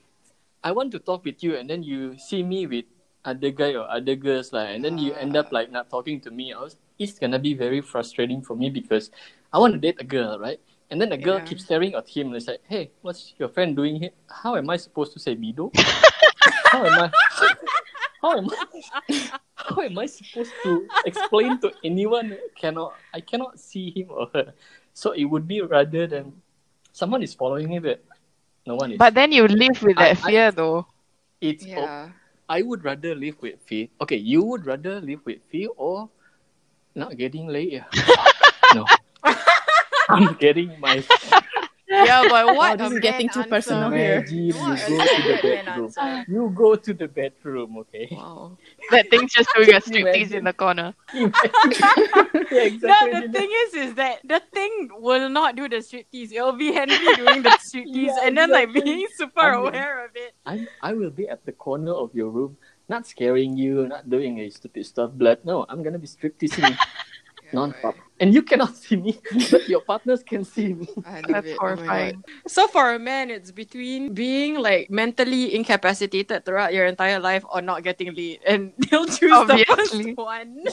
I want to talk with you, and then you see me with other guy or other girls lah, and then you end up like not talking to me. I was, it's gonna be very frustrating for me because I want to date a girl, right? And then the girl Yeah. keeps staring at him and it's like, "Hey, what's your friend doing here? How am I supposed to say bido? how am I? How am I? How am I supposed to explain to anyone? Cannot I cannot see him or her? So it would be rather than someone is following me, but no one is. But then you live with that I- I- fear, though. it's o- Yeah. I would rather live with fear. Okay, you would rather live with fear or not getting laid? no. I'm getting my Yeah, but what this a is getting man too answer. personal here. Imagine you go What a to the weird man bedroom. answer. You go to the bedroom, okay? Wow. That thing's just doing a striptease Imagine. in the corner. yeah, No, exactly. the thing is, is that the thing will not do the street tease. It'll be Henry doing the street tease Yeah, and then like being exactly. super I mean- aware of it. I'm, I will be at the corner of your room, not scaring you, not doing a stupid stuff, but no, I'm gonna be stripteasing non-stop. And you cannot see me, but your partners can see me. I love That's it. Oh my horrifying. God. so for a man, it's between being like mentally incapacitated throughout your entire life or not getting laid, and they'll choose the Obviously. first one.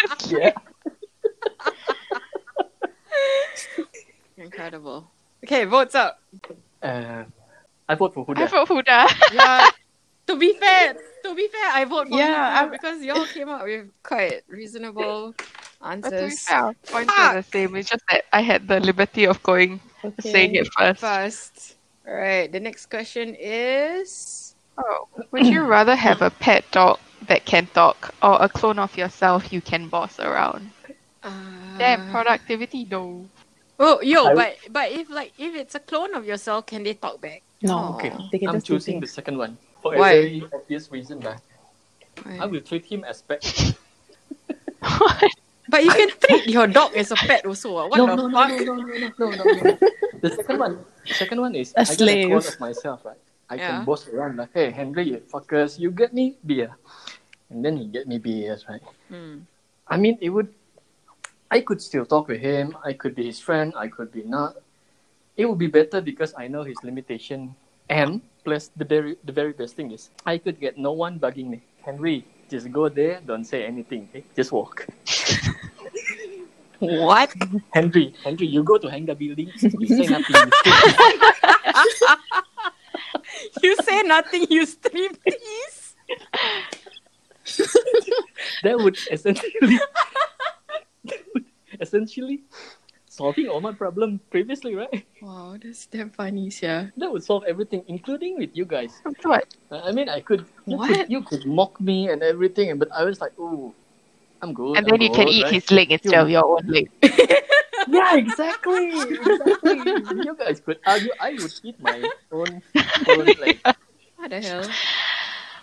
Yeah. Incredible. Okay, votes up. Uh, I vote for I Huda. thought Huda. Yeah. to be fair, to be fair, I vote for Yeah, yeah, because y'all came up with quite reasonable But to be answers fair, our points are the same. It's just that I had the liberty of going saying it first. first. All right. The next question is. Oh, would you rather have a pet dog that can talk or a clone of yourself you can boss around? Uh, Damn, productivity though. Oh, yo, I- but but if like if it's a clone of yourself, can they talk back? Oh, No, Okay. they can I'm just do choosing the things. second one for Why? a very obvious reason. lah. I will treat him as pet. But you can treat your dog as a pet also. ah. What no, the no, fuck? no, no, no, no, no, no, no, no. The second one, the second one is A I get a slave. clone of myself, right? I Yeah. can boss around like, hey Henry, you fuckers, you get me beer, and then he get me beers, right? Hmm. I mean, it would. I could still talk with him. I could be his friend. I could be not. It would be better because I know his limitation. And plus, the very the very best thing is I could get no one bugging me. Can we just go there? Don't say anything. Okay? Just walk. What? Henry, Henry, you go to Hangga Building. You say nothing. You stay. you say nothing. You strip tease. that would essentially that would essentially solving all my problem previously, right? Wow, that's damn funny, yeah. That would solve everything, including with you guys. What? I I mean, I could you, What? could you could mock me and everything, but I was like, oh, I'm good. And then I'm you can good, eat right? his leg instead of your own leg. Yeah, exactly. exactly. you guys could argue. I would eat my own. own like, What the hell?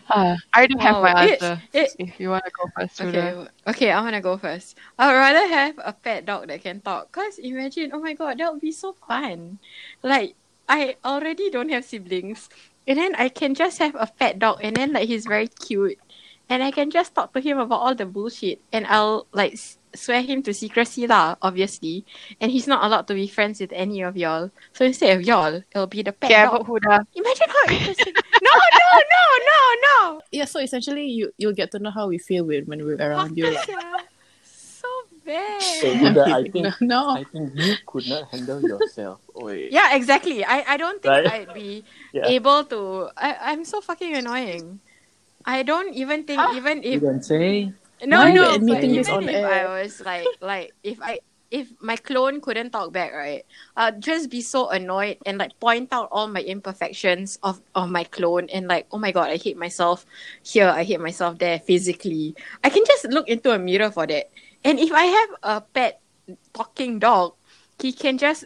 Uh, I do have Wow, my it- answer. it- if you want to go first, Okay, okay. w- okay, I'm gonna go first. I'd rather have a pet dog that can talk. Cause imagine, oh my god, that would be so fun. Like I already don't have siblings, and then I can just have a pet dog, and then like he's very cute, and I can just talk to him about all the bullshit, and I'll like s- swear him to secrecy lah, obviously, and he's not allowed to be friends with any of y'all. So instead of y'all, it'll be the pet Yeah, but dog. Huda. Imagine how interesting. no, no, no, no, no. Yeah, so essentially, you you'll get to know how we feel when when we're around you. Like, Yeah. So bad. so Huda, I think no, I think you could not handle yourself. Oi. Yeah, exactly. I, I don't think Right? I'd be Yeah. able to. I, I'm so fucking annoying. I don't even think, Ah. even if. You don't say. No, Why are you no, but admitting even this if on air? I was like, like, if I. If my clone couldn't talk back, right? I'd just be so annoyed and like point out all my imperfections of, of my clone and like, oh my god, I hate myself here, I hate myself there physically. I can just look into a mirror for that. And if I have a pet talking dog, he can just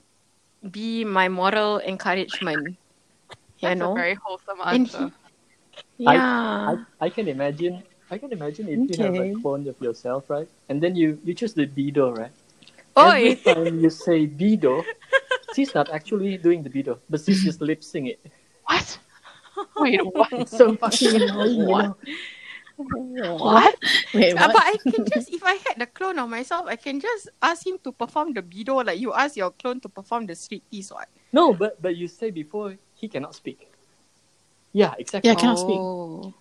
be my moral encouragement. You That's a know? very wholesome And answer. I- yeah. I, I can imagine. I can imagine if you have a Okay. clone of yourself, right? And then you you choose the Bido, right? Every Oi! time you say Bido, she's not actually doing the Bido, but she's just lip sing it. What? Wait, what? It's so fucking annoying. you What? know? What? wait, Uh, what? but I can just, if I had the clone of myself, I can just ask him to perform the bido like you ask your clone to perform the street piece. What? No, but but you say before he cannot speak. Yeah, exactly. Yeah, I cannot speak. oh.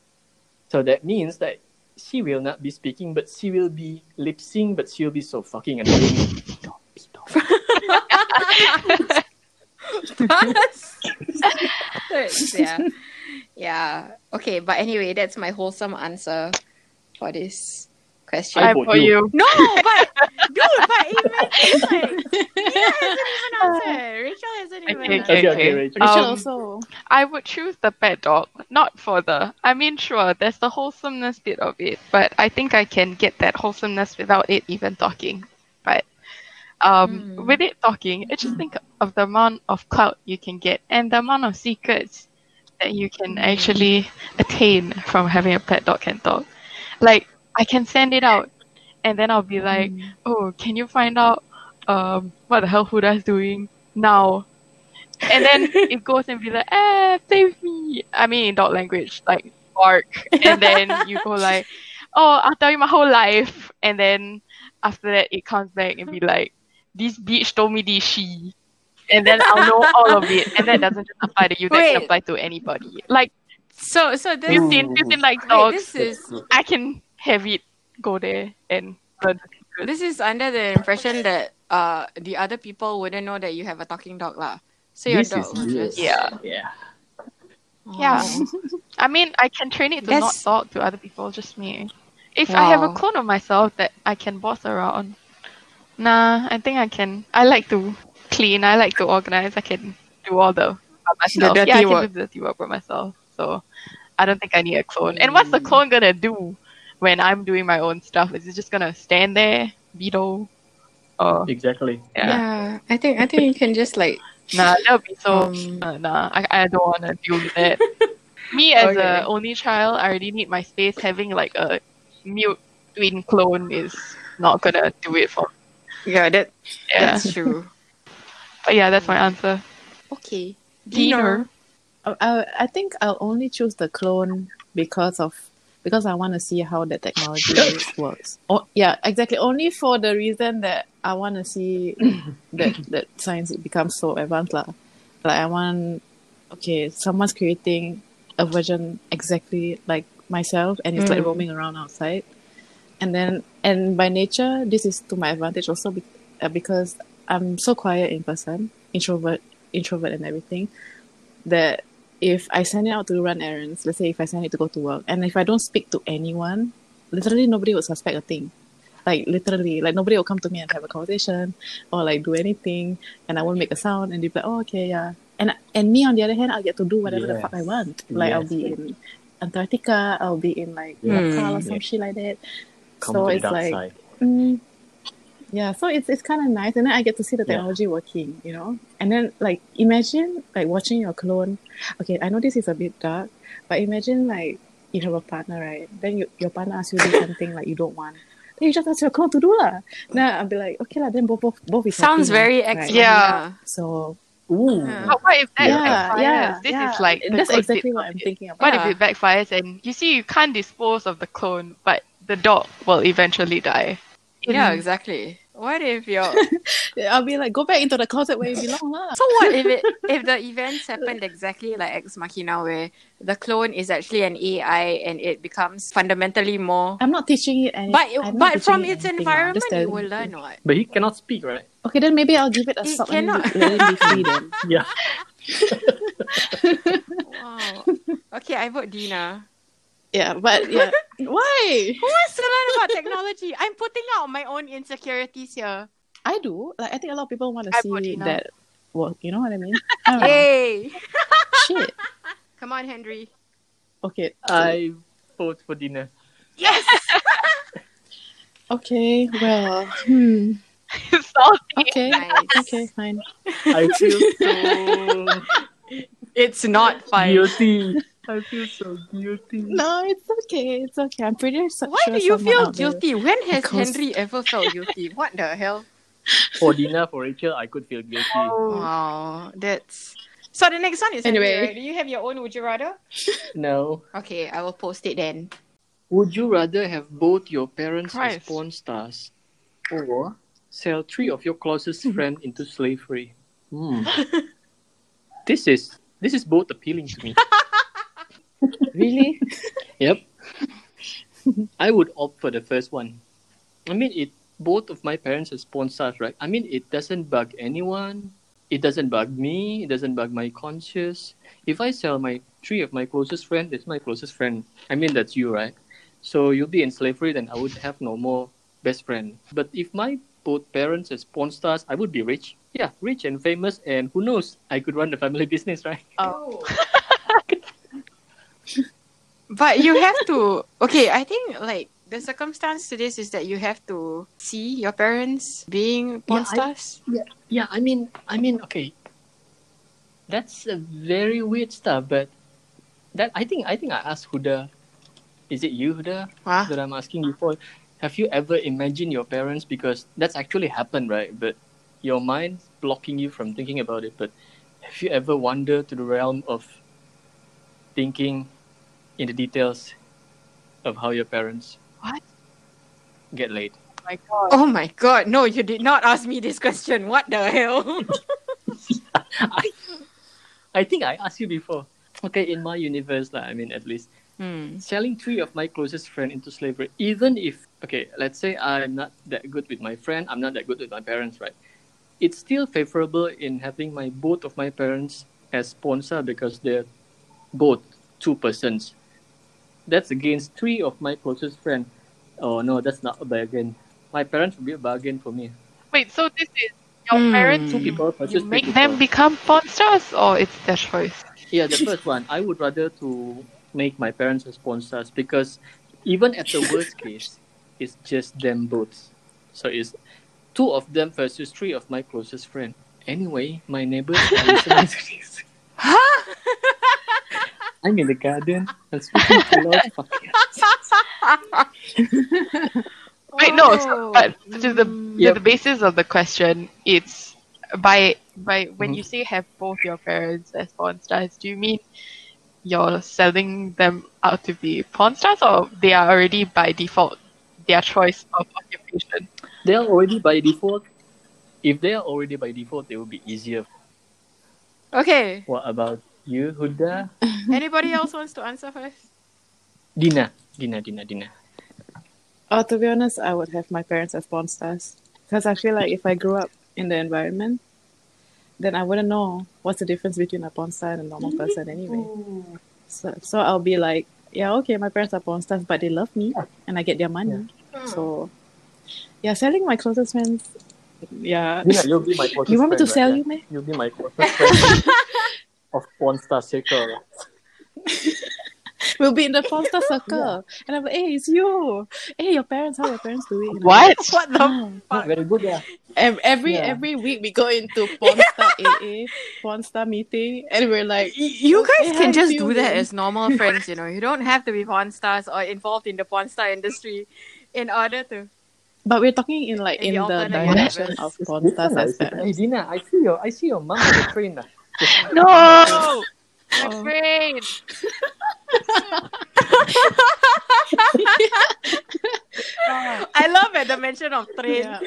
So that means that she will not be speaking, but she will be lip sync, but she'll be so fucking annoying. Bido, Bido. yeah. Yeah. Okay, but anyway, that's my wholesome answer for this question. I I vote for you. you. No, but dude, but imagine like Nina hasn't even answered. Rachel hasn't even Okay, answered. Okay, okay, okay, okay. Rachel. Rachel Um, also. I would choose the pet dog, not for the. I mean, sure, there's the wholesomeness bit of it, but I think I can get that wholesomeness without it even talking. But um, Mm. with it talking, I just think of the amount of clout you can get and the amount of secrets that you can actually attain from having a pet dog can talk. Like, I can send it out, and then I'll be like, oh, can you find out um, what the hell Huda's doing now? And then it goes and be like, eh, play with me. I mean, in dog language, like bark. And then you go like, oh, I'll tell you my whole life. And then after that, it comes back and be like, this bitch told me this she. And then I'll know all of it. And that doesn't just apply to you, that can Wait. apply to anybody. Like, So so this Ooh. 15, 15 like wait, dogs. this is I can have it go there and learn the secrets. this is under the impression that uh the other people wouldn't know that you have a talking dog lah. So your This dog is will years. just Yeah. Yeah. Yeah. Oh. I mean, I can train it to That's- not talk to other people, just me. If I have a Wow. clone of myself that I can boss around, nah, I think I can. I like to clean, I like to organize, I can do all the by myself. dirty yeah, I can work. do the dirty work by myself. So I don't think I need a clone. And what's Mm. the clone gonna do when I'm doing my own stuff? Is it just gonna stand there, beetle? Or Exactly. yeah. I think I think you can just like Nah, that would be so um, Uh, nah, I, I don't want to deal with that. Me as Okay. a only child, I already need my space. Having like a mute twin clone is not gonna do it for. me. yeah that Yeah, that's true. but yeah, that's my answer. Okay. Dinner. I- Uh, I, I think I'll only choose the clone because of because I want to see how the technology works. Oh, yeah, exactly. Only for the reason that I want to see that that science becomes so advanced, lah. Like I want, okay, someone's creating a version exactly like myself, and it's like Mm. roaming around outside, and then and by nature, this is to my advantage also be, uh, because I'm so quiet in person, introvert, introvert, and everything that if I send it out to run errands, let's say if I send it to go to work, and if I don't speak to anyone, literally nobody would suspect a thing. Like literally, like nobody will come to me and have a conversation or like do anything, and I won't make a sound, and they'll be like, "Oh, okay, yeah." And and me on the other hand, I'll get to do whatever the fuck I Yes. want. Like I'll Yes. Hmm. be in Antarctica, I'll be in like Yeah. Nepal Yeah. or some shit like that. Come so to it's the dark like side. Mm, yeah, so it's it's kind of nice, and then I get to see the Yeah. technology working, you know. And then like imagine like watching your clone. Okay, I know this is a bit dark, but imagine like you have a partner, right? Then you, your partner asks you to do something like you don't want. Then you just ask your clone to do lah. Now I'll be like, okay lah. Then both both both is Sounds very happy, right? ex- Yeah. So Ooh. Yeah. But what if that Yeah, backfires? yeah, this yeah. is like And the that's good exactly bit what of I'm it. thinking about. What Yeah. if it backfires and you see you can't dispose of the clone, but the dog will eventually die? Yeah, exactly. What if your I'll be like, go back into the closet where you belong lah. so what if it if the events happened exactly like Ex Machina where the clone is actually an AI and it becomes fundamentally more I'm not teaching it any- but it- I'm not but from teaching it its anything lah. I'm environment just you telling will you. learn what But he cannot speak, right? Okay, then maybe I'll give it a It stop and cannot. let it let it be free then. Yeah. wow okay I vote Dina Yeah, but yeah. Why? who wants to learn about technology I'm putting out my own insecurities here I do. Like I think a lot of people want to I see would, you know. that work. You know what I mean? I don't know. hey Shit. come on Henry Okay. I vote for dinner. yes Okay. Well. Hmm. Salty. Okay. Nice. Okay. Fine. I feel so it's not fine guilty. I feel so guilty. No, it's okay. It's okay. I'm pretty so- why sure do you someone feel out there- guilty when has Because- Henry ever felt guilty what the hell For dinner, for Rachel, I could feel guilty. Wow, that's so. The next one is anyway. Anyway. Do you have your own? Would you rather? No. Okay, I will post it then. Would you rather have both your parents as Christ. porn stars or sell three of your closest friends into slavery? Hmm. This is this is both appealing to me. Really? Yep. I would opt for the first one. I mean, it. Both of my parents are sponsors, right? I mean, it doesn't bug anyone. It doesn't bug me. It doesn't bug my conscience. If I sell my three of my closest friends, that's my closest friend. I mean, that's you, right? So you'll be in slavery, then I would have no more best friend. But if my both parents are sponsors, I would be rich. Yeah, rich and famous, and who knows? I could run the family business, right? Oh. but you have to. Okay, I think like the circumstance to this is that you have to see your parents being porn Yeah, I- stars. Yeah, I mean, I mean, okay. That's a very weird stuff, but that I think I think I asked Huda. Is it you, Huda, Huh? that I'm asking before? Have you ever imagined your parents? Because that's actually happened, right? But your mind's blocking you from thinking about it. But have you ever wandered to the realm of thinking in the details of how your parents What? get laid? Oh my god. Oh my god! No, you did not ask me this question. What the hell? I, I think I asked you before. Okay, in my universe, lah, I mean, at least Hmm. selling three of my closest friends into slavery, even if, okay, let's say I'm not that good with my friend, I'm not that good with my parents, right? It's still favorable in having my both of my parents as sponsor because they're both two persons. That's against three of my closest friends. Oh no, that's not a bargain. My parents would be a bargain for me. Wait, so this is your Hmm. Two parents people Mm-hmm. you versus three make them people. become porn stars or it's their choice? Yeah, the first one. I would rather to make my parents as sponsors because even at the worst case, it's just them both. So it's two of them versus three of my closest friends. Anyway, my neighbors are listening to this. I'm in the garden. I'm speaking to loud fucking. Wait, no. Oh. So, but to the to Yep. the basis of the question, it's by by when Mhm. you say have both your parents as porn stars, do you mean you're selling them out to be porn stars, or they are already by default their choice of occupation? They are already by default. If they are already by default, they will be easier. Okay. What about you, Huda? Anybody else wants to answer first? Dina. Dina, Dina, Dina. Oh, to be honest, I would have my parents as porn stars because I feel like if I grew up in the environment, then I wouldn't know what's the difference between a porn star and a normal person anyway. So, so I'll be like, yeah, okay, my parents are porn stars, but they love me and I get their money. So Yeah, selling my closest friends. Yeah. Gina, you'll be my closest You want me to friend, sell right? you, man? You'll be my closest friend of One Star Circle. We'll be in the foster circle. And I'm like, hey, it's you. Hey, your parents, how your parents doing? And I'm What? What the? like, "Oh." Very good, yeah. Ev- Every Yeah. every week we go into Pornstar AA, Pornstar meeting, and we're like, You guys "Hey, can how's just you do that doing?" as normal friends, you know. You don't have to be porn stars or involved in the porn star industry in order to. But we're talking in like In in the the alternate direction universe. of It's Pornstar as different, lah. well. Hey, Gina, I see your, I see your mom on the train. uh, lah. No, Oh. my brain. Um, I love at the mention of train. Yeah.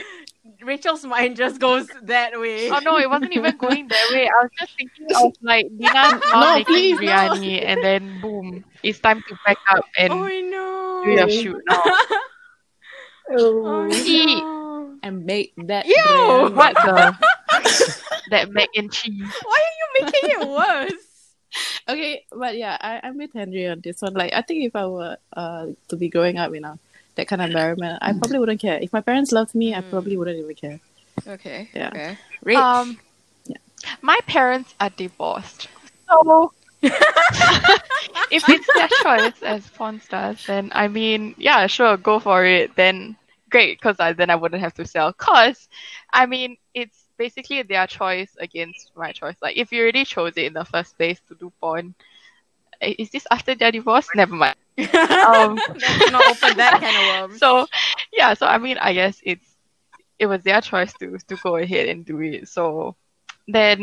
Rachel's mind just goes that way. Oh no, it wasn't even going that way. I was just thinking of like Dina's mom No, making please, no. biryani, and then boom, it's time to pack up and Oh no! do your shoot now. Oh, Eat. no. And make that. Ew! brand. What the? that mac and cheese. Why are you making it worse? Okay, but yeah, I, I'm with Henry on this one. Like, I think if I were uh to be growing up in a that kind of environment, Mm. I probably wouldn't care. If my parents loved me, I Mm. probably wouldn't even care. Okay. Yeah. Okay. Rich. Um, Yeah. my parents are divorced, so if it's their choice as porn stars, then I mean, yeah, sure, go for it. Then great, because I, then I wouldn't have to sell. Cause, I mean, it's basically their choice against my choice. Like if you already chose it in the first place to do porn, i- is this after their divorce? Never mind. Um, Let's not open that kind of worms. so yeah so i mean i guess it's it was their choice to to go ahead and do it so then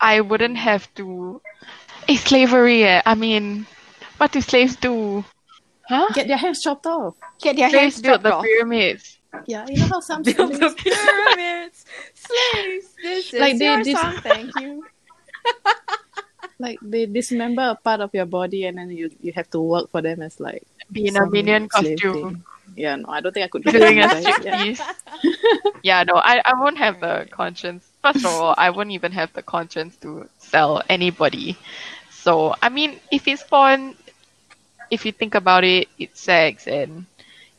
i wouldn't have to it's slavery eh? i mean what do slaves do huh Get their hands chopped off. Get your hands slaves built chopped the off. pyramids Yeah, you know how some Build the siblings- pyramids, slaves. This is Like they your dis- song. Thank you. like they dismember a part of your body and then you you have to work for them as like be in a some minion slave costume thing. Yeah, no, I don't think I could do doing a that. Yeah. striptease yeah no I, I won't have the conscience first of all i won't even have the conscience to sell anybody so i mean if it's porn if you think about it it's sex and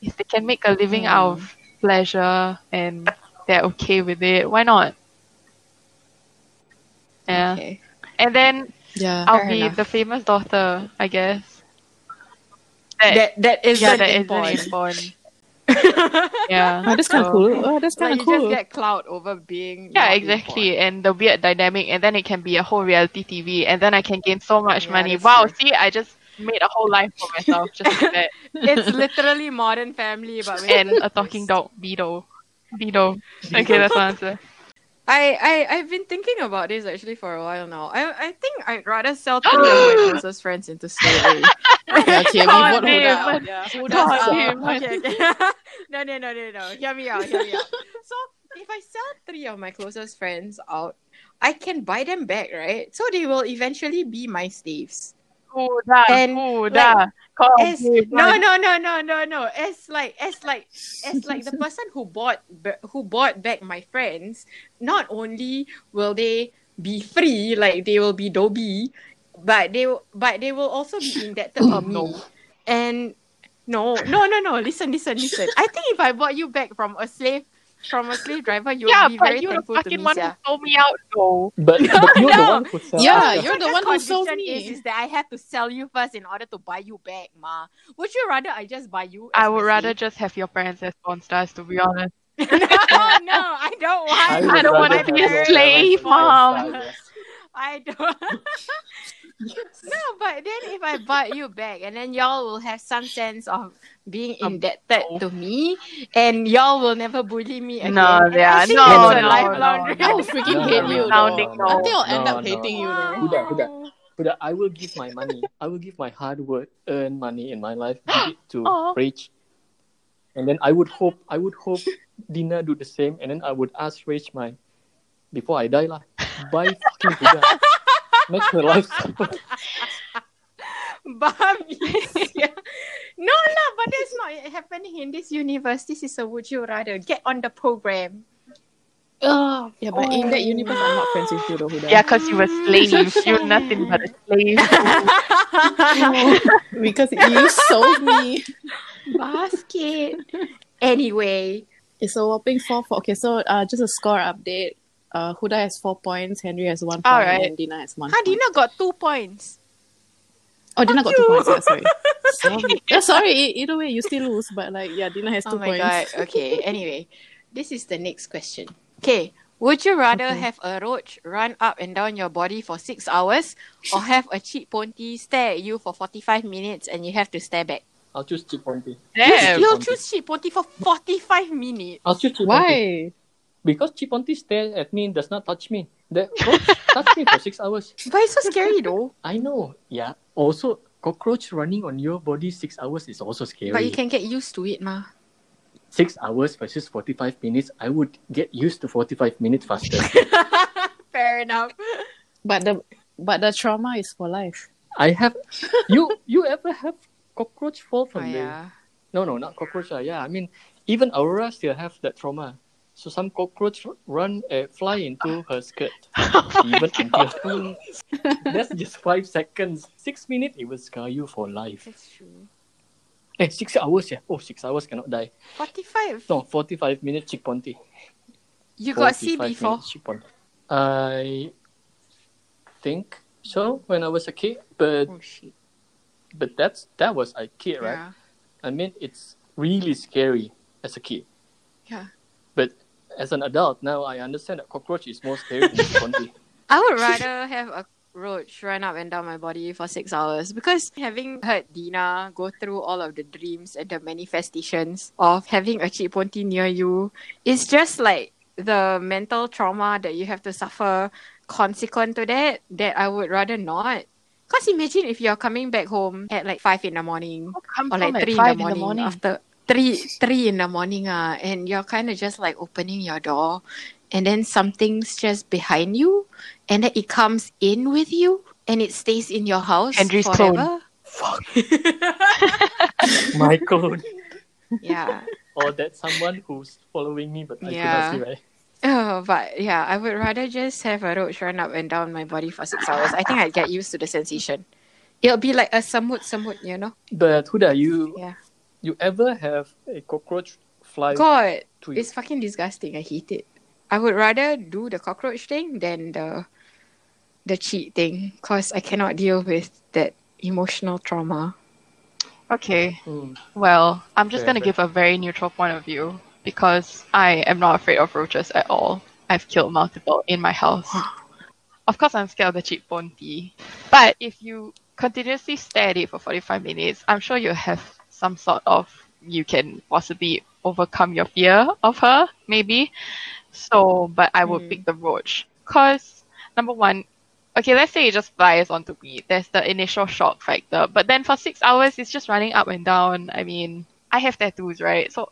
if they can make a living out of Mm. pleasure and they're okay with it why not yeah Okay. and then Yeah. i'll fair be enough. the famous daughter i guess That that isn't yeah, that in isn't porn. in porn. yeah Oh, that's kind of so- cool. Oh, that's kind Like of you cool. just get clout over being. not in Yeah, porn. exactly. And the weird dynamic, and then it can be a whole reality TV, and then I can gain so much Yeah, money. that's Wow, true. see, I just made a whole life for myself just like that. It's literally Modern Family, but with and a talking dog, Beetle. Beetle. Okay, that's my answer. I, I I've been thinking about this actually for a while now. I I think I'd rather sell three of my closest friends into slavery. yeah, okay, we God won't hold damn. out. Yeah. Who God does- damn it. okay, okay. no, no, no, no, no. Hear me out. Hear me out. So if I sell three of my closest friends out, I can buy them back, right? So they will eventually be my slaves. Huda, And, Huda. Call As, him. Oh, no, no, no, no, no, no. As like, as like, as like the person who bought b- who bought back my friends. Not only will they be free, like they will be Dobby, but they will- but they will also be indebted for me. And no, no, no, no. Listen, listen, listen. I think if I bought you back from a slave from a slave driver, you would Yeah, be but very you're the thankful to fucking me. one sia. who sold me out, though. But, but you're the no. one who sells Yeah, us. you're the Second one who sold condition me. Is, is that I have to sell you first in order to buy you back, ma? Would you rather I just buy you? as my I would rather slave? just have your parents as porn stars, to be honest. no, no, I don't I want. would don't wanna rather be a have your parents slave, Mom. on side, yes. I don't. no, but then if I bought you back, and then y'all will have some sense of being Um, indebted to me, and y'all will never bully me again. No, And yeah, I think no, that's a no, lifelong no, no. I will freaking No, hate no, you. no, though. Sounding I think I'll no, end up no. hating you. Wow. though. Huda, Huda. But I will give my money. I will give my hard work, earned money in my life, give it to Aw. Rach. And then I would hope, I would hope Dina do the same. And then I would ask Rach my, before I die lah, buy fucking Buddha. Make her life suffer. Barbie. yeah. No, no, but that's not happening in this universe. This is a would you rather get on the program. Yeah, but in that universe, I'm not friends with you, though, Huda. Yeah, because you were Mm. slaves. You're nothing but a slave. because you sold me. Basket. Anyway, It's a whopping four four. Okay, so uh, just a score update. Uh, Huda has four points, Henry has one point, All right. and Dina has one. Ha, point. Dina got two points. Oh, Dina got you. two points. Yeah, sorry. Um, yeah, sorry. e- Either way, you still lose, but like, yeah, Dina has two Oh my points. god. Okay. Anyway, this is the next question. Okay. Would you rather Okay. have a roach run up and down your body for six hours or have a cheap ponty stare at you for 45 minutes and you have to stare back? I'll choose cheap ponty. Damn. You'll Ponty. choose cheap ponty for 45 minutes. I'll choose cheap ponty. Why? Because cheap ponty stare at me and does not touch me. The cockroach touched me for six hours. But it's so scary though. I know. Yeah. Also, cockroach running on your body six hours is also scary. But you can get used to it, ma. Six hours versus forty-five minutes. I would get used to forty-five minutes faster. Fair enough. But the but the trauma is for life. I have. You you ever have cockroach fall Oh, from the yeah. No, no, not cockroach. ah. Yeah, I mean, even Aurora still have that trauma. So some cockroach r- run uh, fly into her skirt. Oh even until that's just five seconds. Six minutes, it will scar you for life. That's true. Eh, six hours, yeah. Oh, six hours cannot die. 45. No, forty-five minutes chick ponty. You got C 45 before. minutes chick ponty. I think so. When I was a kid, but Oh shit. but that's that was a kid, right? Yeah. I mean, it's really scary as a kid. Yeah. But as an adult now, I understand that cockroach is more scary than zombie. I would rather have a roach run up and down my body for six hours because having heard Dina go through all of the dreams and the manifestations of having a cheap ponty near you, it's just like the mental trauma that you have to suffer consequent to that that I would rather not. Cause imagine if you're coming back home at like five in the morning Come or Oh, home like at three in the five morning, after three three in the morning uh, and you're kind of just like opening your door and then something's just behind you and then it comes in with you and it stays in your house Henry's clone. forever My clone. yeah Or that someone who's following me, but I Yeah. could not see right. oh but yeah i would rather just have a roach run up and down my body for six hours i think i'd get used to the sensation it'll be like a samut samut you know But Huda, you Yeah. you ever have a cockroach fly god to you? It's fucking disgusting. I hate it. I would rather do the cockroach thing than the the cheat thing because I cannot deal with that emotional trauma. Okay. Hmm. Well, I'm just Fair, gonna fair. give a very neutral point of view because I am not afraid of roaches at all. I've killed multiple in my house. of course, I'm scared of the cheap bounty, but if you continuously stare at it for 45 minutes, I'm sure you have some sort of you can possibly overcome your fear of her, maybe. So, but I would Hmm. pick the roach because number one, okay, let's say it just flies onto me. There's the initial shock factor, but then for six hours, it's just running up and down. I mean, I have tattoos, right? So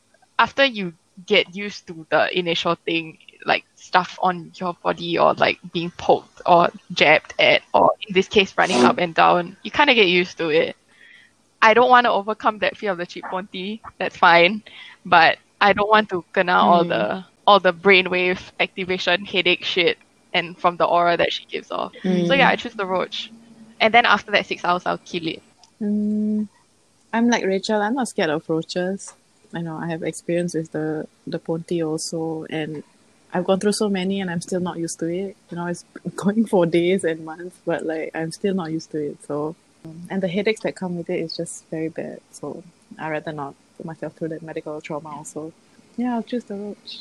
after you get used to the initial thing, like stuff on your body or like being poked or jabbed at, or in this case, running up and down, you kind of get used to it. I don't want to overcome that fear of the cheap bounty. That's fine, but I don't want to kena all Mm. the all the brainwave activation headache shit and from the aura that she gives off. So yeah, I choose the roach. And then after that six hours, I'll kill it. Mm, I'm like Rachel. I'm not scared of roaches. I know I have experience with the the ponty also, and I've gone through so many, and I'm still not used to it. You know, it's been going for days and months, but like I'm still not used to it. So, and the headaches that come with it is just very bad. So, I would rather not put myself through that medical trauma. Also, yeah, I'll choose the roach,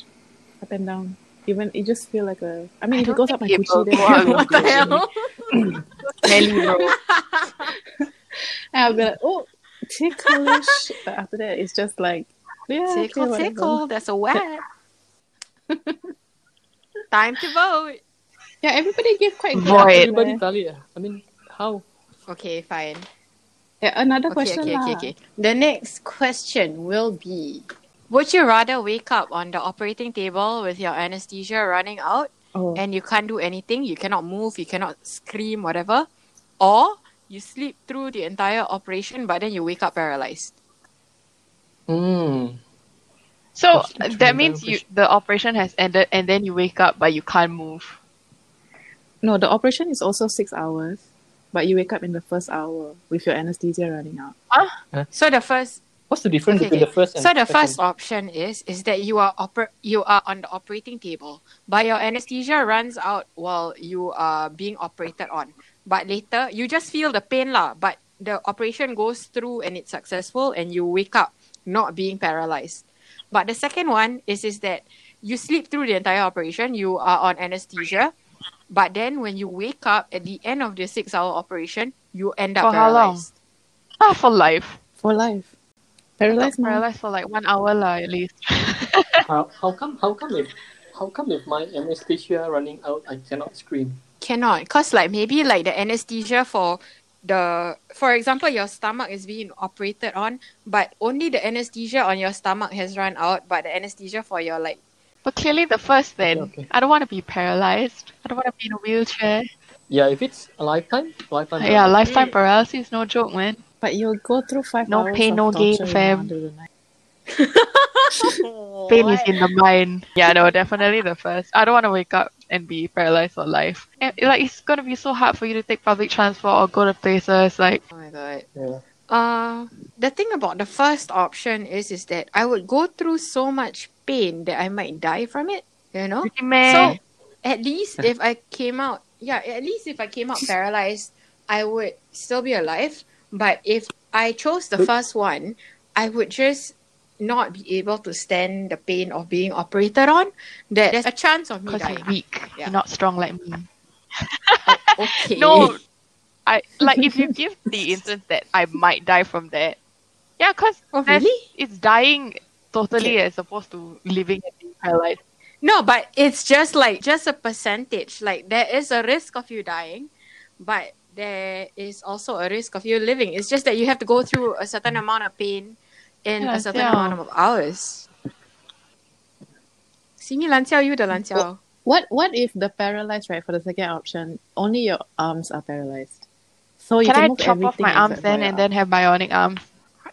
up and down. Even it just feel like a. I mean, I if it don't goes up my think it will coochie, then go out I'll your go in. Smelly roach. And I'll be like, oh, ticklish. but after that, it's just like, yeah, okay, tickle, whatever. tickle. That's a wet. Time to vote. Yeah, everybody gave quite good. Void. answers Everybody there. valid. ah. I mean, how? Okay, fine. Yeah, another Okay, question. okay, lah. okay, okay. The next question will be Would you rather wake up on the operating table with your anesthesia running out Oh, and you can't do anything, you cannot move, you cannot scream, whatever, or you sleep through the entire operation, but then you wake up paralyzed. Hmm. So That's literally that means you rubbish. the operation has ended, and then you wake up but you can't move. no, the operation is also six hours, but you wake up in the first hour with your anesthesia running out. So the first What's the difference Okay, between okay. the first and So the second? first option is is that you are oper- you are on the operating table, but your anesthesia runs out while you are being operated on. But later you just feel the pain lah. But the operation goes through and it's successful, and you wake up not being paralyzed. But the second one is is that you sleep through the entire operation. You are on anesthesia, but then when you wake up at the end of the six hour operation, you end up For how long? paralyzed. Ah, for life. for life. Paralyzed now. Paralyzed for like one hour lah at least. How, how come? How come if how come if my anesthesia running out, I cannot scream? Cannot, cause like maybe like the anesthesia for the for example your stomach is being operated on, but only the anesthesia on your stomach has run out, but the anesthesia for your like But clearly the first then. Okay, okay. I don't want to be paralyzed. I don't want to be in a wheelchair. Yeah, if it's a lifetime, lifetime. yeah, lifetime paralysis, no joke, man. But you'll go through five No hours pain, of no gain, torture in fam. under the night. Pain is in the mind. Yeah, no, definitely the first. I don't want to wake up and be paralyzed for life. And, like, it's gonna be so hard for you to take public transport or go to places. Like, oh my god. Yeah. Uh the thing about the first option is is that I would go through so much pain that I might die from it, you know? really, man. So at least if I came out, yeah, at least if I came out paralyzed, I would still be alive. But if I chose the first one, I would just not be able to stand the pain of being operated on. That there's a chance of me Because you're dying. weak. Yeah. You're not strong like me. Okay. No, I like if you give the instance that I might die from that. Yeah, because Oh, really? it's dying totally as opposed to living and being paralyzed. No, but it's just like just a percentage. Like there is a risk of you dying, but there is also a risk of you living. It's just that you have to go through a certain amount of pain in Yeah, a certain yeah. amount of hours. Simi lanjiao, you the lanjiao. What what if the paralyzed right for the second option only your arms are paralyzed? So Oh, you Can, can, I move chop off everything my arms except for then your and then have bionic arms?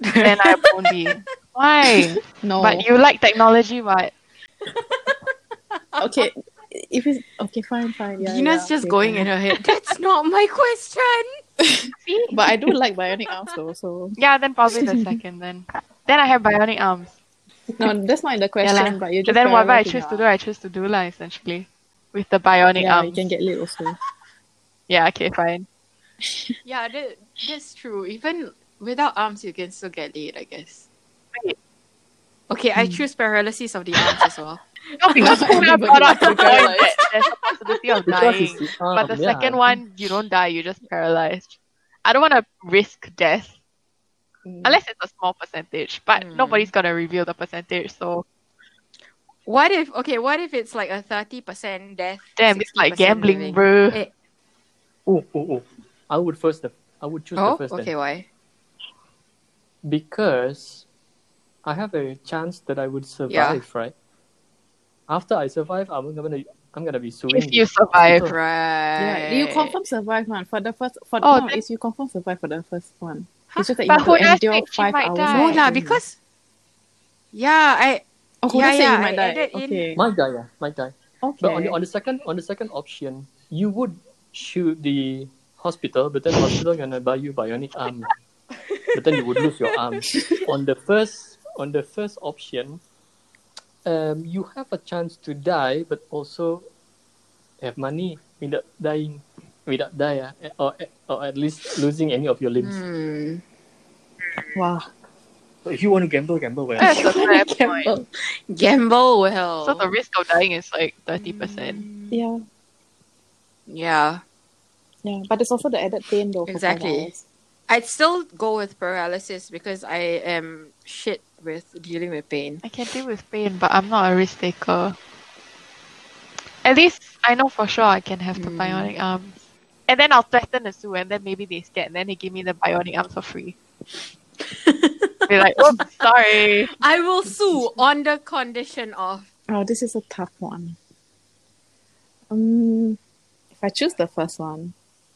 then I won't be. Why? arm. no But you like technology, what? Oh, okay if it's okay fine fine yeah, Dina's yeah, just okay, going fine. in her head. That's not my question. See? But I do like bionic arms though, so Yeah, then probably the second then. Then I have bionic arms. no, that's not in the question. Yeah lah. but you So just then whatever I paralyzing choose to your do, I choose to do lah essentially. With the bionic yeah, you arms. can get lit also. Yeah, okay, fine. Yeah, that, that's true. Even without arms, you can still get laid, I guess. Right. Okay, Hmm. I choose paralysis of the arms as well. No, because Everybody Kuna brought up the wants point to paralyze. that there's a possibility of dying. the But the arm, ah, yeah. second one, you don't die, you're just paralyzed. I don't want to risk death unless it's a small percentage, but Mm. nobody's going to reveal the percentage. So, What if okay? What if it's like a thirty percent death? damn, it's like 60% gambling, living? bro. Eh, Oh, oh, oh. I would first. The, I would choose oh, the first okay. then Why? because I have a chance that I would survive, right? After I survive, I'm gonna I'm gonna be suing. If you the survive. hospital. Right. Yeah, you confirm survive one for the first for Oh, no, then- it's you confirm survive for the first one. It's just that But you have Huda to endure said she five might hours. die. of No lah, pain. because yeah, I oh, Huda Yeah, said yeah, you might I die. added in- Okay, Might die, yeah, might die. okay. But on the, on the second on the second option, you would shoot the hospital, but then hospital gonna buy you bionic arm, but then you would lose your arm. on the first on the first option, um, you have a chance to die, but also have money without dying, without die, ah, or or at least losing any of your limbs. hmm. wow. So if you want to gamble, gamble well. Eh, That's a fair point. gamble well. So the risk of dying is like 30%. Yeah, yeah, yeah. But there's also the added pain though. for five Exactly. hours. I'd still go with paralysis because I am shit with dealing with pain. I can deal with pain, but I'm not a risk taker. At least I know for sure I can have the Hmm. Mm. bionic arms. And then I'll threaten the sue, and then maybe they scared, and then they give me the bionic arms for free. Be like, oops, sorry. I will sue on the condition of Oh, this is a tough one. Um, if I choose the first one,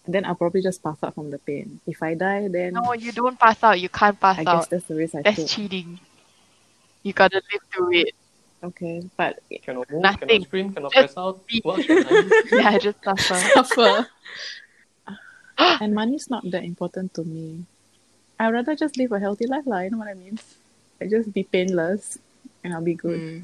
then I'll probably just pass out from the pain. If I die, then No, you don't pass out. You can't pass I guess out. that's the risk I That's took. cheating. You gotta live through it. Okay, but Cannot move, Nothing. cannot scream, cannot Just press out. be- What can I do? Yeah, just suffer. suffer. and money's not that important to me. I'd rather just live a healthy life, lah. You know what I mean? Just be painless, and I'll be good. Mm.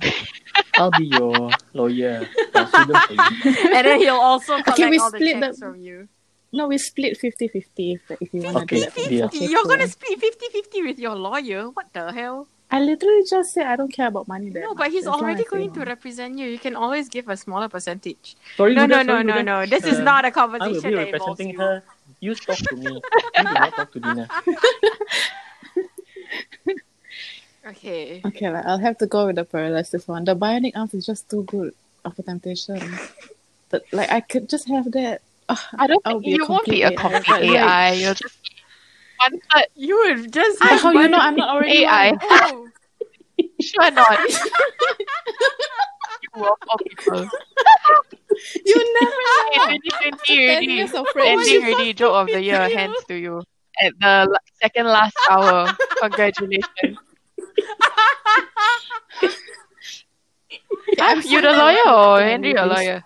I'll be your lawyer. I'll sue them for you. and then he'll also collect we all the split checks the- from you. No, we split 50-50 if, if you want to Okay, do that. yeah. Okay, You're cool. gonna split 50-50 with your lawyer. What the hell? I literally just said I don't care about money. That No, but he's much, as long already as they going to represent you. You can always give a smaller percentage. Sorry, No, no, Huda, no, sorry, no, Huda. no. This is Um, not a I will conversation be that involves representing you. her. You talk to me. You do not talk to Dina. Okay. Okay, lah. I'll have to go with the paralysis one. The bionic arms is just too good of a temptation. but, like I could just have that. Ah, Ugh, I don't I'll think be a you won't be a complete complete AI, but, AI. You'll just one third. You would just but how you one- know I'm not already AI. one? Oh, Sure not. you won't all people. You never know. 2020 Ten already. years of Oh Ending friendship. already. Joke of the year. Hands to you. At the la- second last hour. Congratulations. I'm you the fine. lawyer or Yeah, Henry your please. lawyer?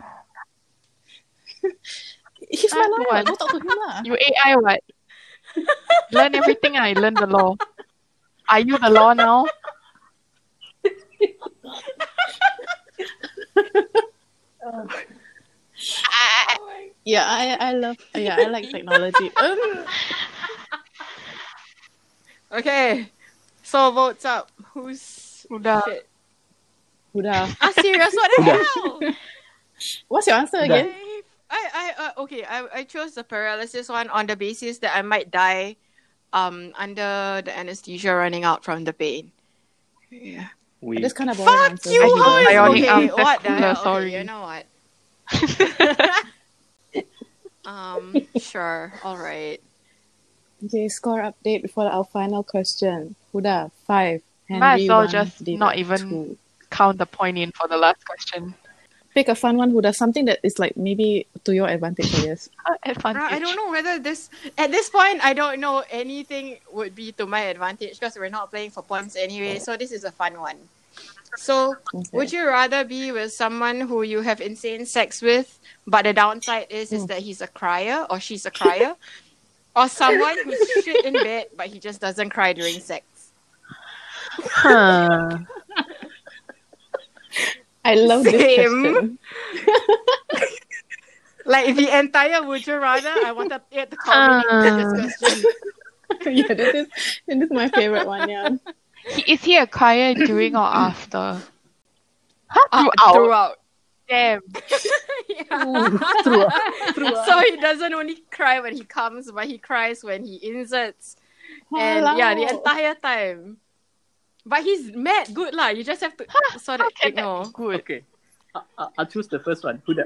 He's my I'm the lawyer. one. Go talk to him lah. You AI what? learn everything. I learn the law. Are you the law now? Yeah, I I love. Yeah, I like technology. Um, Okay. So votes up. Who's Huda. shit? Huda, Ah, serious? What the hell? what's your answer again? I, I, I uh, okay. I, I chose the paralysis one on the basis that I might die, um, under the anesthesia running out from the pain. Yeah. We That's kind of boring. Fuck answer. you! I How did is the bionic okay? arm what the testicular, hell? Okay, sorry. you know what? um. Sure. All right. Okay, score update before our final question. Huda, five. Might as Henry, well one, just Dina, not even- two. Count the point in for the last question. pick a fun one, Huda. Something that is like maybe to your advantage, I guess. Uh, Advantage. Bruh, I don't know whether this at this point I don't know anything would be to my advantage because we're not playing for points anyway. So this is a fun one. So Okay. Would you rather be with someone who you have insane sex with, but the downside is is that he's a crier or she's a crier, or someone who's shit in bed but he just doesn't cry during sex? Huh. I love this Same. question. Like the entire would you rather? I want to it to culminate with this question. yeah, this is this is my favorite one. Yeah, He, is he a crier during or after? Uh, Throughout. throughout. Damn. Yeah. So he doesn't only cry when he comes, but he cries when he inserts. And yeah, the entire time. But he's mad good lah. You just have to sort of can that ignore. Good. Okay. I, I, I'll choose the first one. Huda.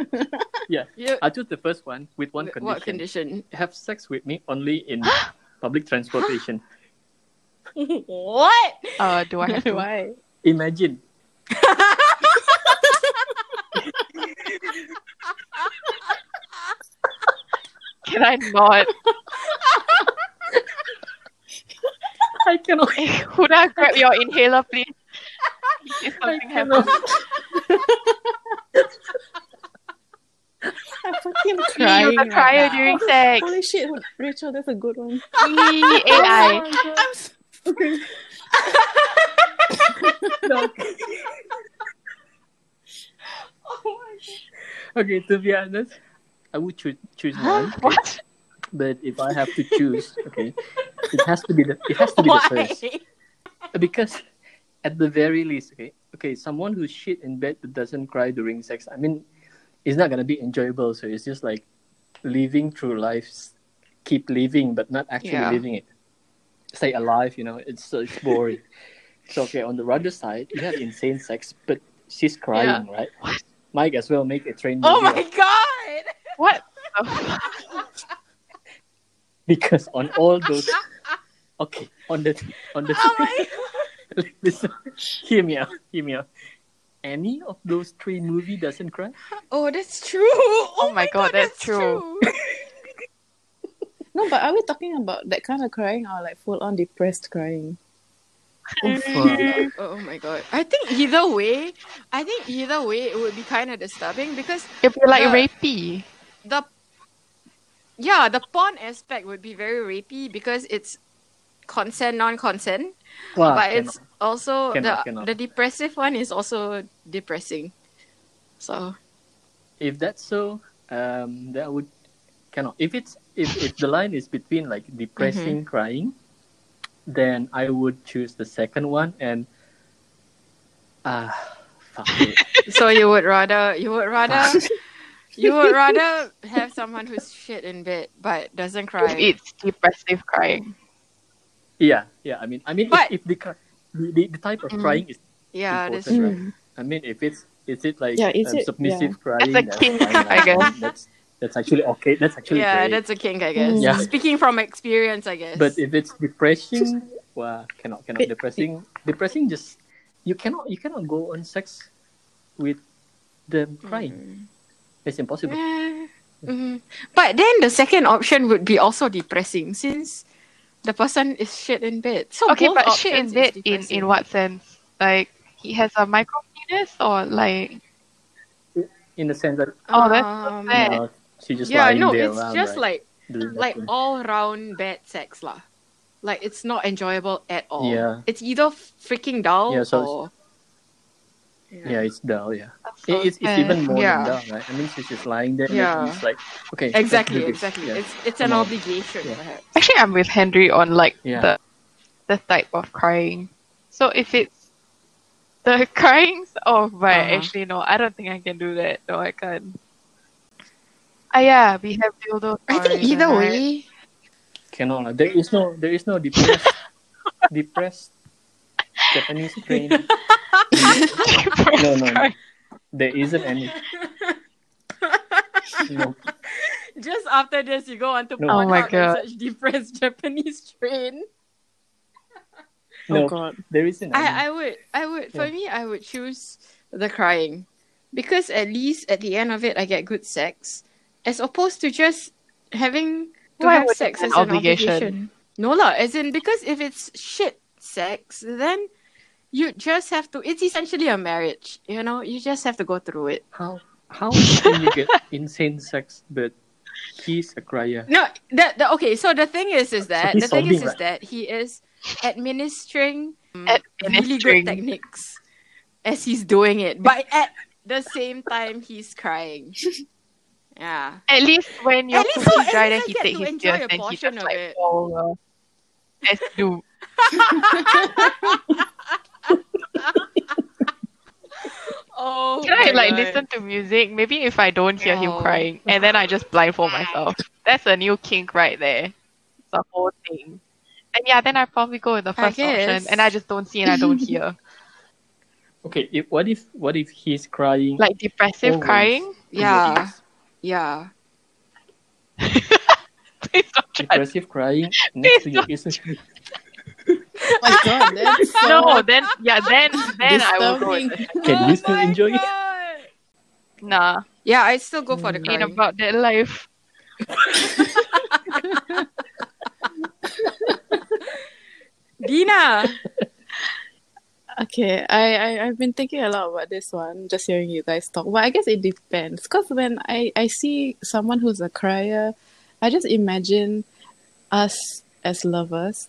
You, I'll choose the first one with one Wh- condition. What condition? Have sex with me only in public transportation. what? Uh, do I have to? Why? Imagine. Can I not? I cannot. Eh, Huda, grab your inhaler, please. If something happens, I'm fucking you're crying. the right crier now. during sex. E Holy shit, Huda- Rachel, that's a good one. Oh Me, AI. Okay. Oh Okay, to be honest, I would choose choose Huh? one. What? But if I have to choose, okay, it has to be the it has to be the first because at the very least, okay, okay, someone who's shit in bed but doesn't cry during sex. I mean, it's not gonna be enjoyable. So it's just like living through life, s- keep living but not actually Yeah. living it. Stay alive, you know. It's so it's boring. so okay, on the other side, you have insane sex, but she's crying, right? Might as well make a train Oh movie my god! What? the fuck? because on all those okay on the on the Oh my listen hear me out hear me out any of those three movie doesn't cry Oh, that's true. Oh, my God, that's true. No, but are we talking about that kind of crying or like full on depressed crying? oh fuck oh my god. I think either way, I think either way it would be kind of disturbing because It'd be like Yeah. rapey. the yeah, the porn aspect would be very rapey because it's consent, non-consent. Wah, but Ah, cannot. it's also Cannot, the cannot. the depressive one is also depressing. So if that's so, um, that would cannot. If it's if, if the line is between like depressing crying, then I would choose the second one and ah fuck it. so you would rather you would Ah. rather you would rather have someone who's shit in bed but doesn't cry. It's depressive crying. yeah yeah. I mean I mean But- if, if the, cr- the the the type of Mm. crying is Yeah, that's true. Important, right? Mm. I mean if it's is it like Yeah, is um, it- submissive crying? That's a kink, fine, I guess. That's that's actually okay. That's actually yeah, great. that's a kink, I guess. Yeah. Speaking from experience, I guess. But if it's depressing, well, cannot cannot Wait. depressing. Depressing just you cannot you cannot go on sex with Hmm. them crying. Mm. It's impossible. Eh, mhm. But then the second option would be also depressing since the person is shit in bed. So Okay, both but Oh, shit options is in bed in, depressing. in what sense? Like he has a micro penis or like In the sense that Oh, that's so Um, sad. uh, she just Yeah, lying no, there it's around, just right? like Doing like nothing. all round bad sex lah. Like it's not enjoyable at all. Yeah. It's either freaking dull Yeah, so- or yeah, it's dull. Yeah, that's so It- it's, it's sad. even more Yeah. than dull, right? I mean, she's just lying there. Yeah. and it's like okay, let's Exactly, do this. exactly. Yeah. It's it's an Come on. obligation Yeah. perhaps. Actually, I'm with Henry on like Yeah. the the type of crying. So if it's the crying, oh but Uh-huh. actually no, I don't think I can do that. No, I can't. Ah yeah, we have dildo. I think stories, either right? way Cannot. lah. There is no there is no depressed depressed Japanese train. no, no, no. There isn't any. No. just after this you go on to No. Pornhub Oh my and God. search depressed Japanese train. No. Oh god. There isn't any. I, I would I would for me I would choose the crying. Because at least at the end of it I get good sex. As opposed to just having to Why have would it sex be as an an obligation. obligation? No lah, as in because if it's shit sex, then you just have to it's essentially a marriage, you know, you just have to go through it. How how can you get insane sex but he's a crier? No, the, the okay. So the thing is, is that he's the thing solving, is, is right? that he is administering really Administering. good techniques as he's doing it, but at the same time he's crying. Yeah, At least when your At least so- pussy at dry, then least I he get take to his enjoy tears a and he portion just of like it. fall. uh, As do. Oh, Can I my like God. listen to music? Maybe if I don't hear him No. crying, and then I just blindfold myself. That's a new kink right there. It's a whole thing. And yeah, then I probably go with the I first option, guess. and I just don't see and I don't hear. Okay, if what if what if he's crying? Like depressive Always. crying. Yeah, yeah. Please don't try. Depressive crying next to you is Oh my god, that's so No, then yeah, then then I will go. With disturbing. the- Can you still Oh my enjoy it? God. nah, Yeah, I still go for the ain't crying. about that life. Dina, Okay, I, I I've been thinking a lot about this one, just hearing you guys talk. Well, I guess it depends, because when I I see someone who's a crier, I just imagine us as lovers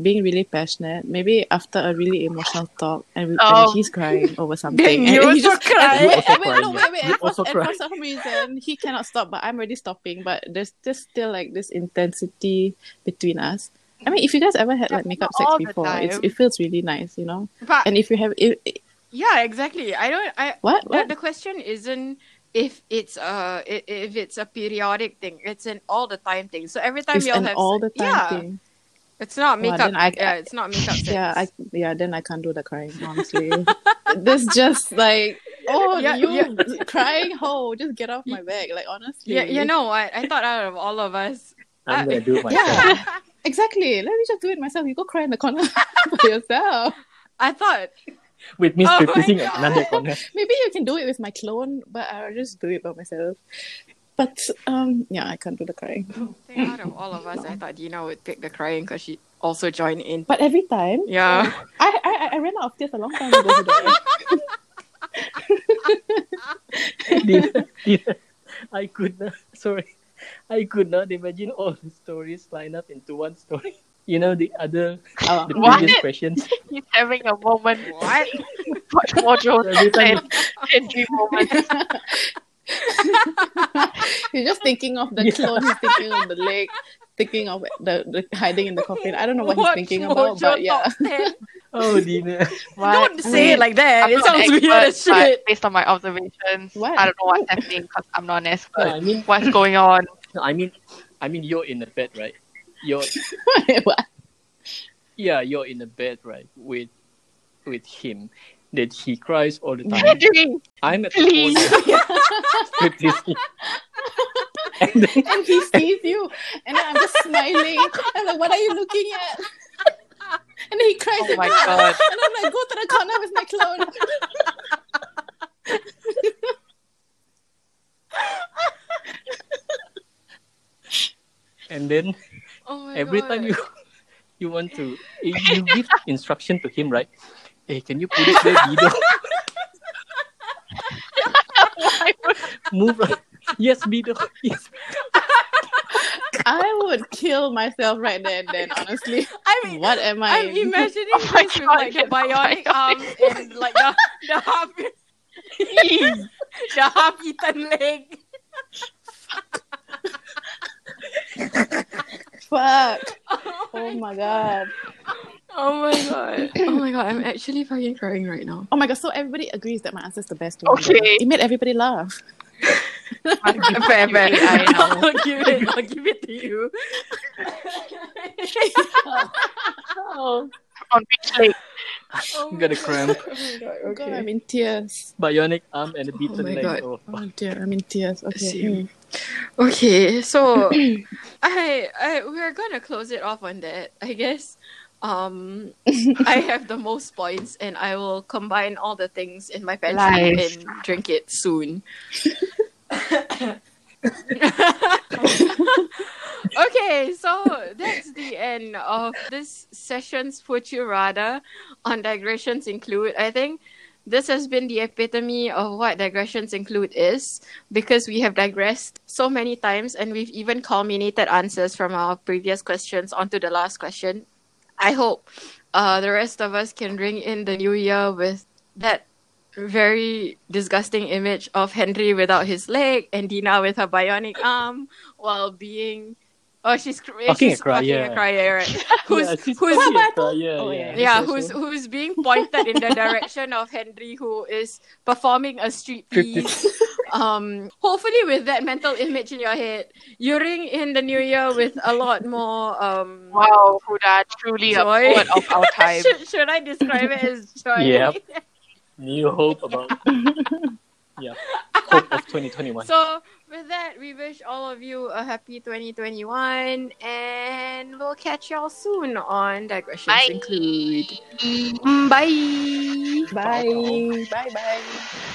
being really passionate. Maybe after a really emotional talk, and, we, Oh. and he's crying over something, then and, you and he also just cry. You also Wait, wait, no, wait, crying. wait. You And for, also and for crying. some reason, he cannot stop, but I'm already stopping. But there's just still like this intensity between us. I mean, if you guys ever had Yeah, like but makeup not sex all the before, it's, time. it feels really nice, you know. But And if you have, it, it- yeah, exactly. I don't. I what? The, What? the question isn't if it's a i- if it's a periodic thing. It's an all the time thing. So every time It's y'all an have all se- the time yeah, thing. it's not Well, makeup. then I- yeah, it's not makeup. Sex. Yeah, I yeah. Then I can't do the crying. Honestly, this just like oh Yeah, you crying ho, just get off my back. Like honestly, yeah, you know what? I thought out of all of us, I'm gonna do it myself. Yeah, exactly. Let me just do it myself. You go cry in the corner by yourself. I thought With me Oh my stripteasing at God. another corner. Maybe you can do it with my clone, but I'll just do it by myself. But um, yeah, I can't do the crying. out of all of us, I thought Dina would pick the crying because she also joined in. But every time, Yeah, I I, I- I ran out of tears a long time ago. today. Dina, Dina, I could not. Sorry, I could not imagine all the stories line up into one story. you know the other Oh, the What? previous questions. He's having a moment. What? Watch Mojo Every time- and, and dream moment. You're just thinking of the Yeah. clothes, he's thinking of the leg, thinking of the, the hiding in the coffin. I don't know what he's Watch thinking about, Mojo but yeah. top 10. oh, Dina. What? Don't say it like that. I'm it not sounds an weird as expert, but shit. Based on my observations, What? I don't know what's happening because I'm not an expert. I mean, What's going on? I mean, I mean, you're in the bed, right? You're What? yeah, you're in the bed, right? With with him, that he cries all the time. Dream. I'm at the corner with this. And then, and he sees you, and then I'm just smiling. I'm like, what are you looking at? And then he cries Oh my again. god. And I'm like, go to the corner with my clown. and then Oh my every God. time you you want to you you give instruction to him, right? Hey, can you put it there, Guido? Why would Move. Right. Yes, Guido. Yes. I would kill myself right there and then, honestly. I mean, What am I? I'm imagining Oh my this with God, like the that's bionic bionic. arms and like the, the half he? the half eaten leg. Fuck. Oh Oh my god. my god. Oh my god. I'm actually fucking crying right now. Oh my god. So everybody agrees that my answer's the best one. Okay. It made everybody laugh. Fair, fair. I know. I'll give it. I'll give it to you. On which leg? Oh Got a cramp. Oh god, I'm in tears. Bionic arm and a beaten my leg. God. Oh, fuck. Oh dear, I'm in tears. Okay. Mm. Same. Okay, so I, I we're gonna close it off on that. I guess um I have the most points and I will combine all the things in my pantry Nice. and drink it soon. okay, so that's the end of this session's Would You Rather on digressions include. I think this has been the epitome of what digressions include is because we have digressed so many times and we've even culminated answers from our previous questions onto the last question. I hope uh, the rest of us can ring in the new year with that very disgusting image of Henry without his leg and Dina with her bionic arm while being. Oh, she's, cr- Fucking a she's crier. fucking a crier, right? Who's, Yeah, she's who's, fucking a cry, yeah, Oh, yeah. yeah. yeah, so, who's so. who's being pointed in the direction of Henry, who is performing a street piece. um, hopefully, with that mental image in your head, you ring in the new year with a lot more. Um, Wow, Huda, truly a Joy. poet of our time. should, should I describe it as joy? Yep. New hope about. yeah. Hope of 2021. So, with that, we wish all of you a happy 2021, and we'll catch y'all soon on digressions Bye. include. Bye. Bye. Bye bye.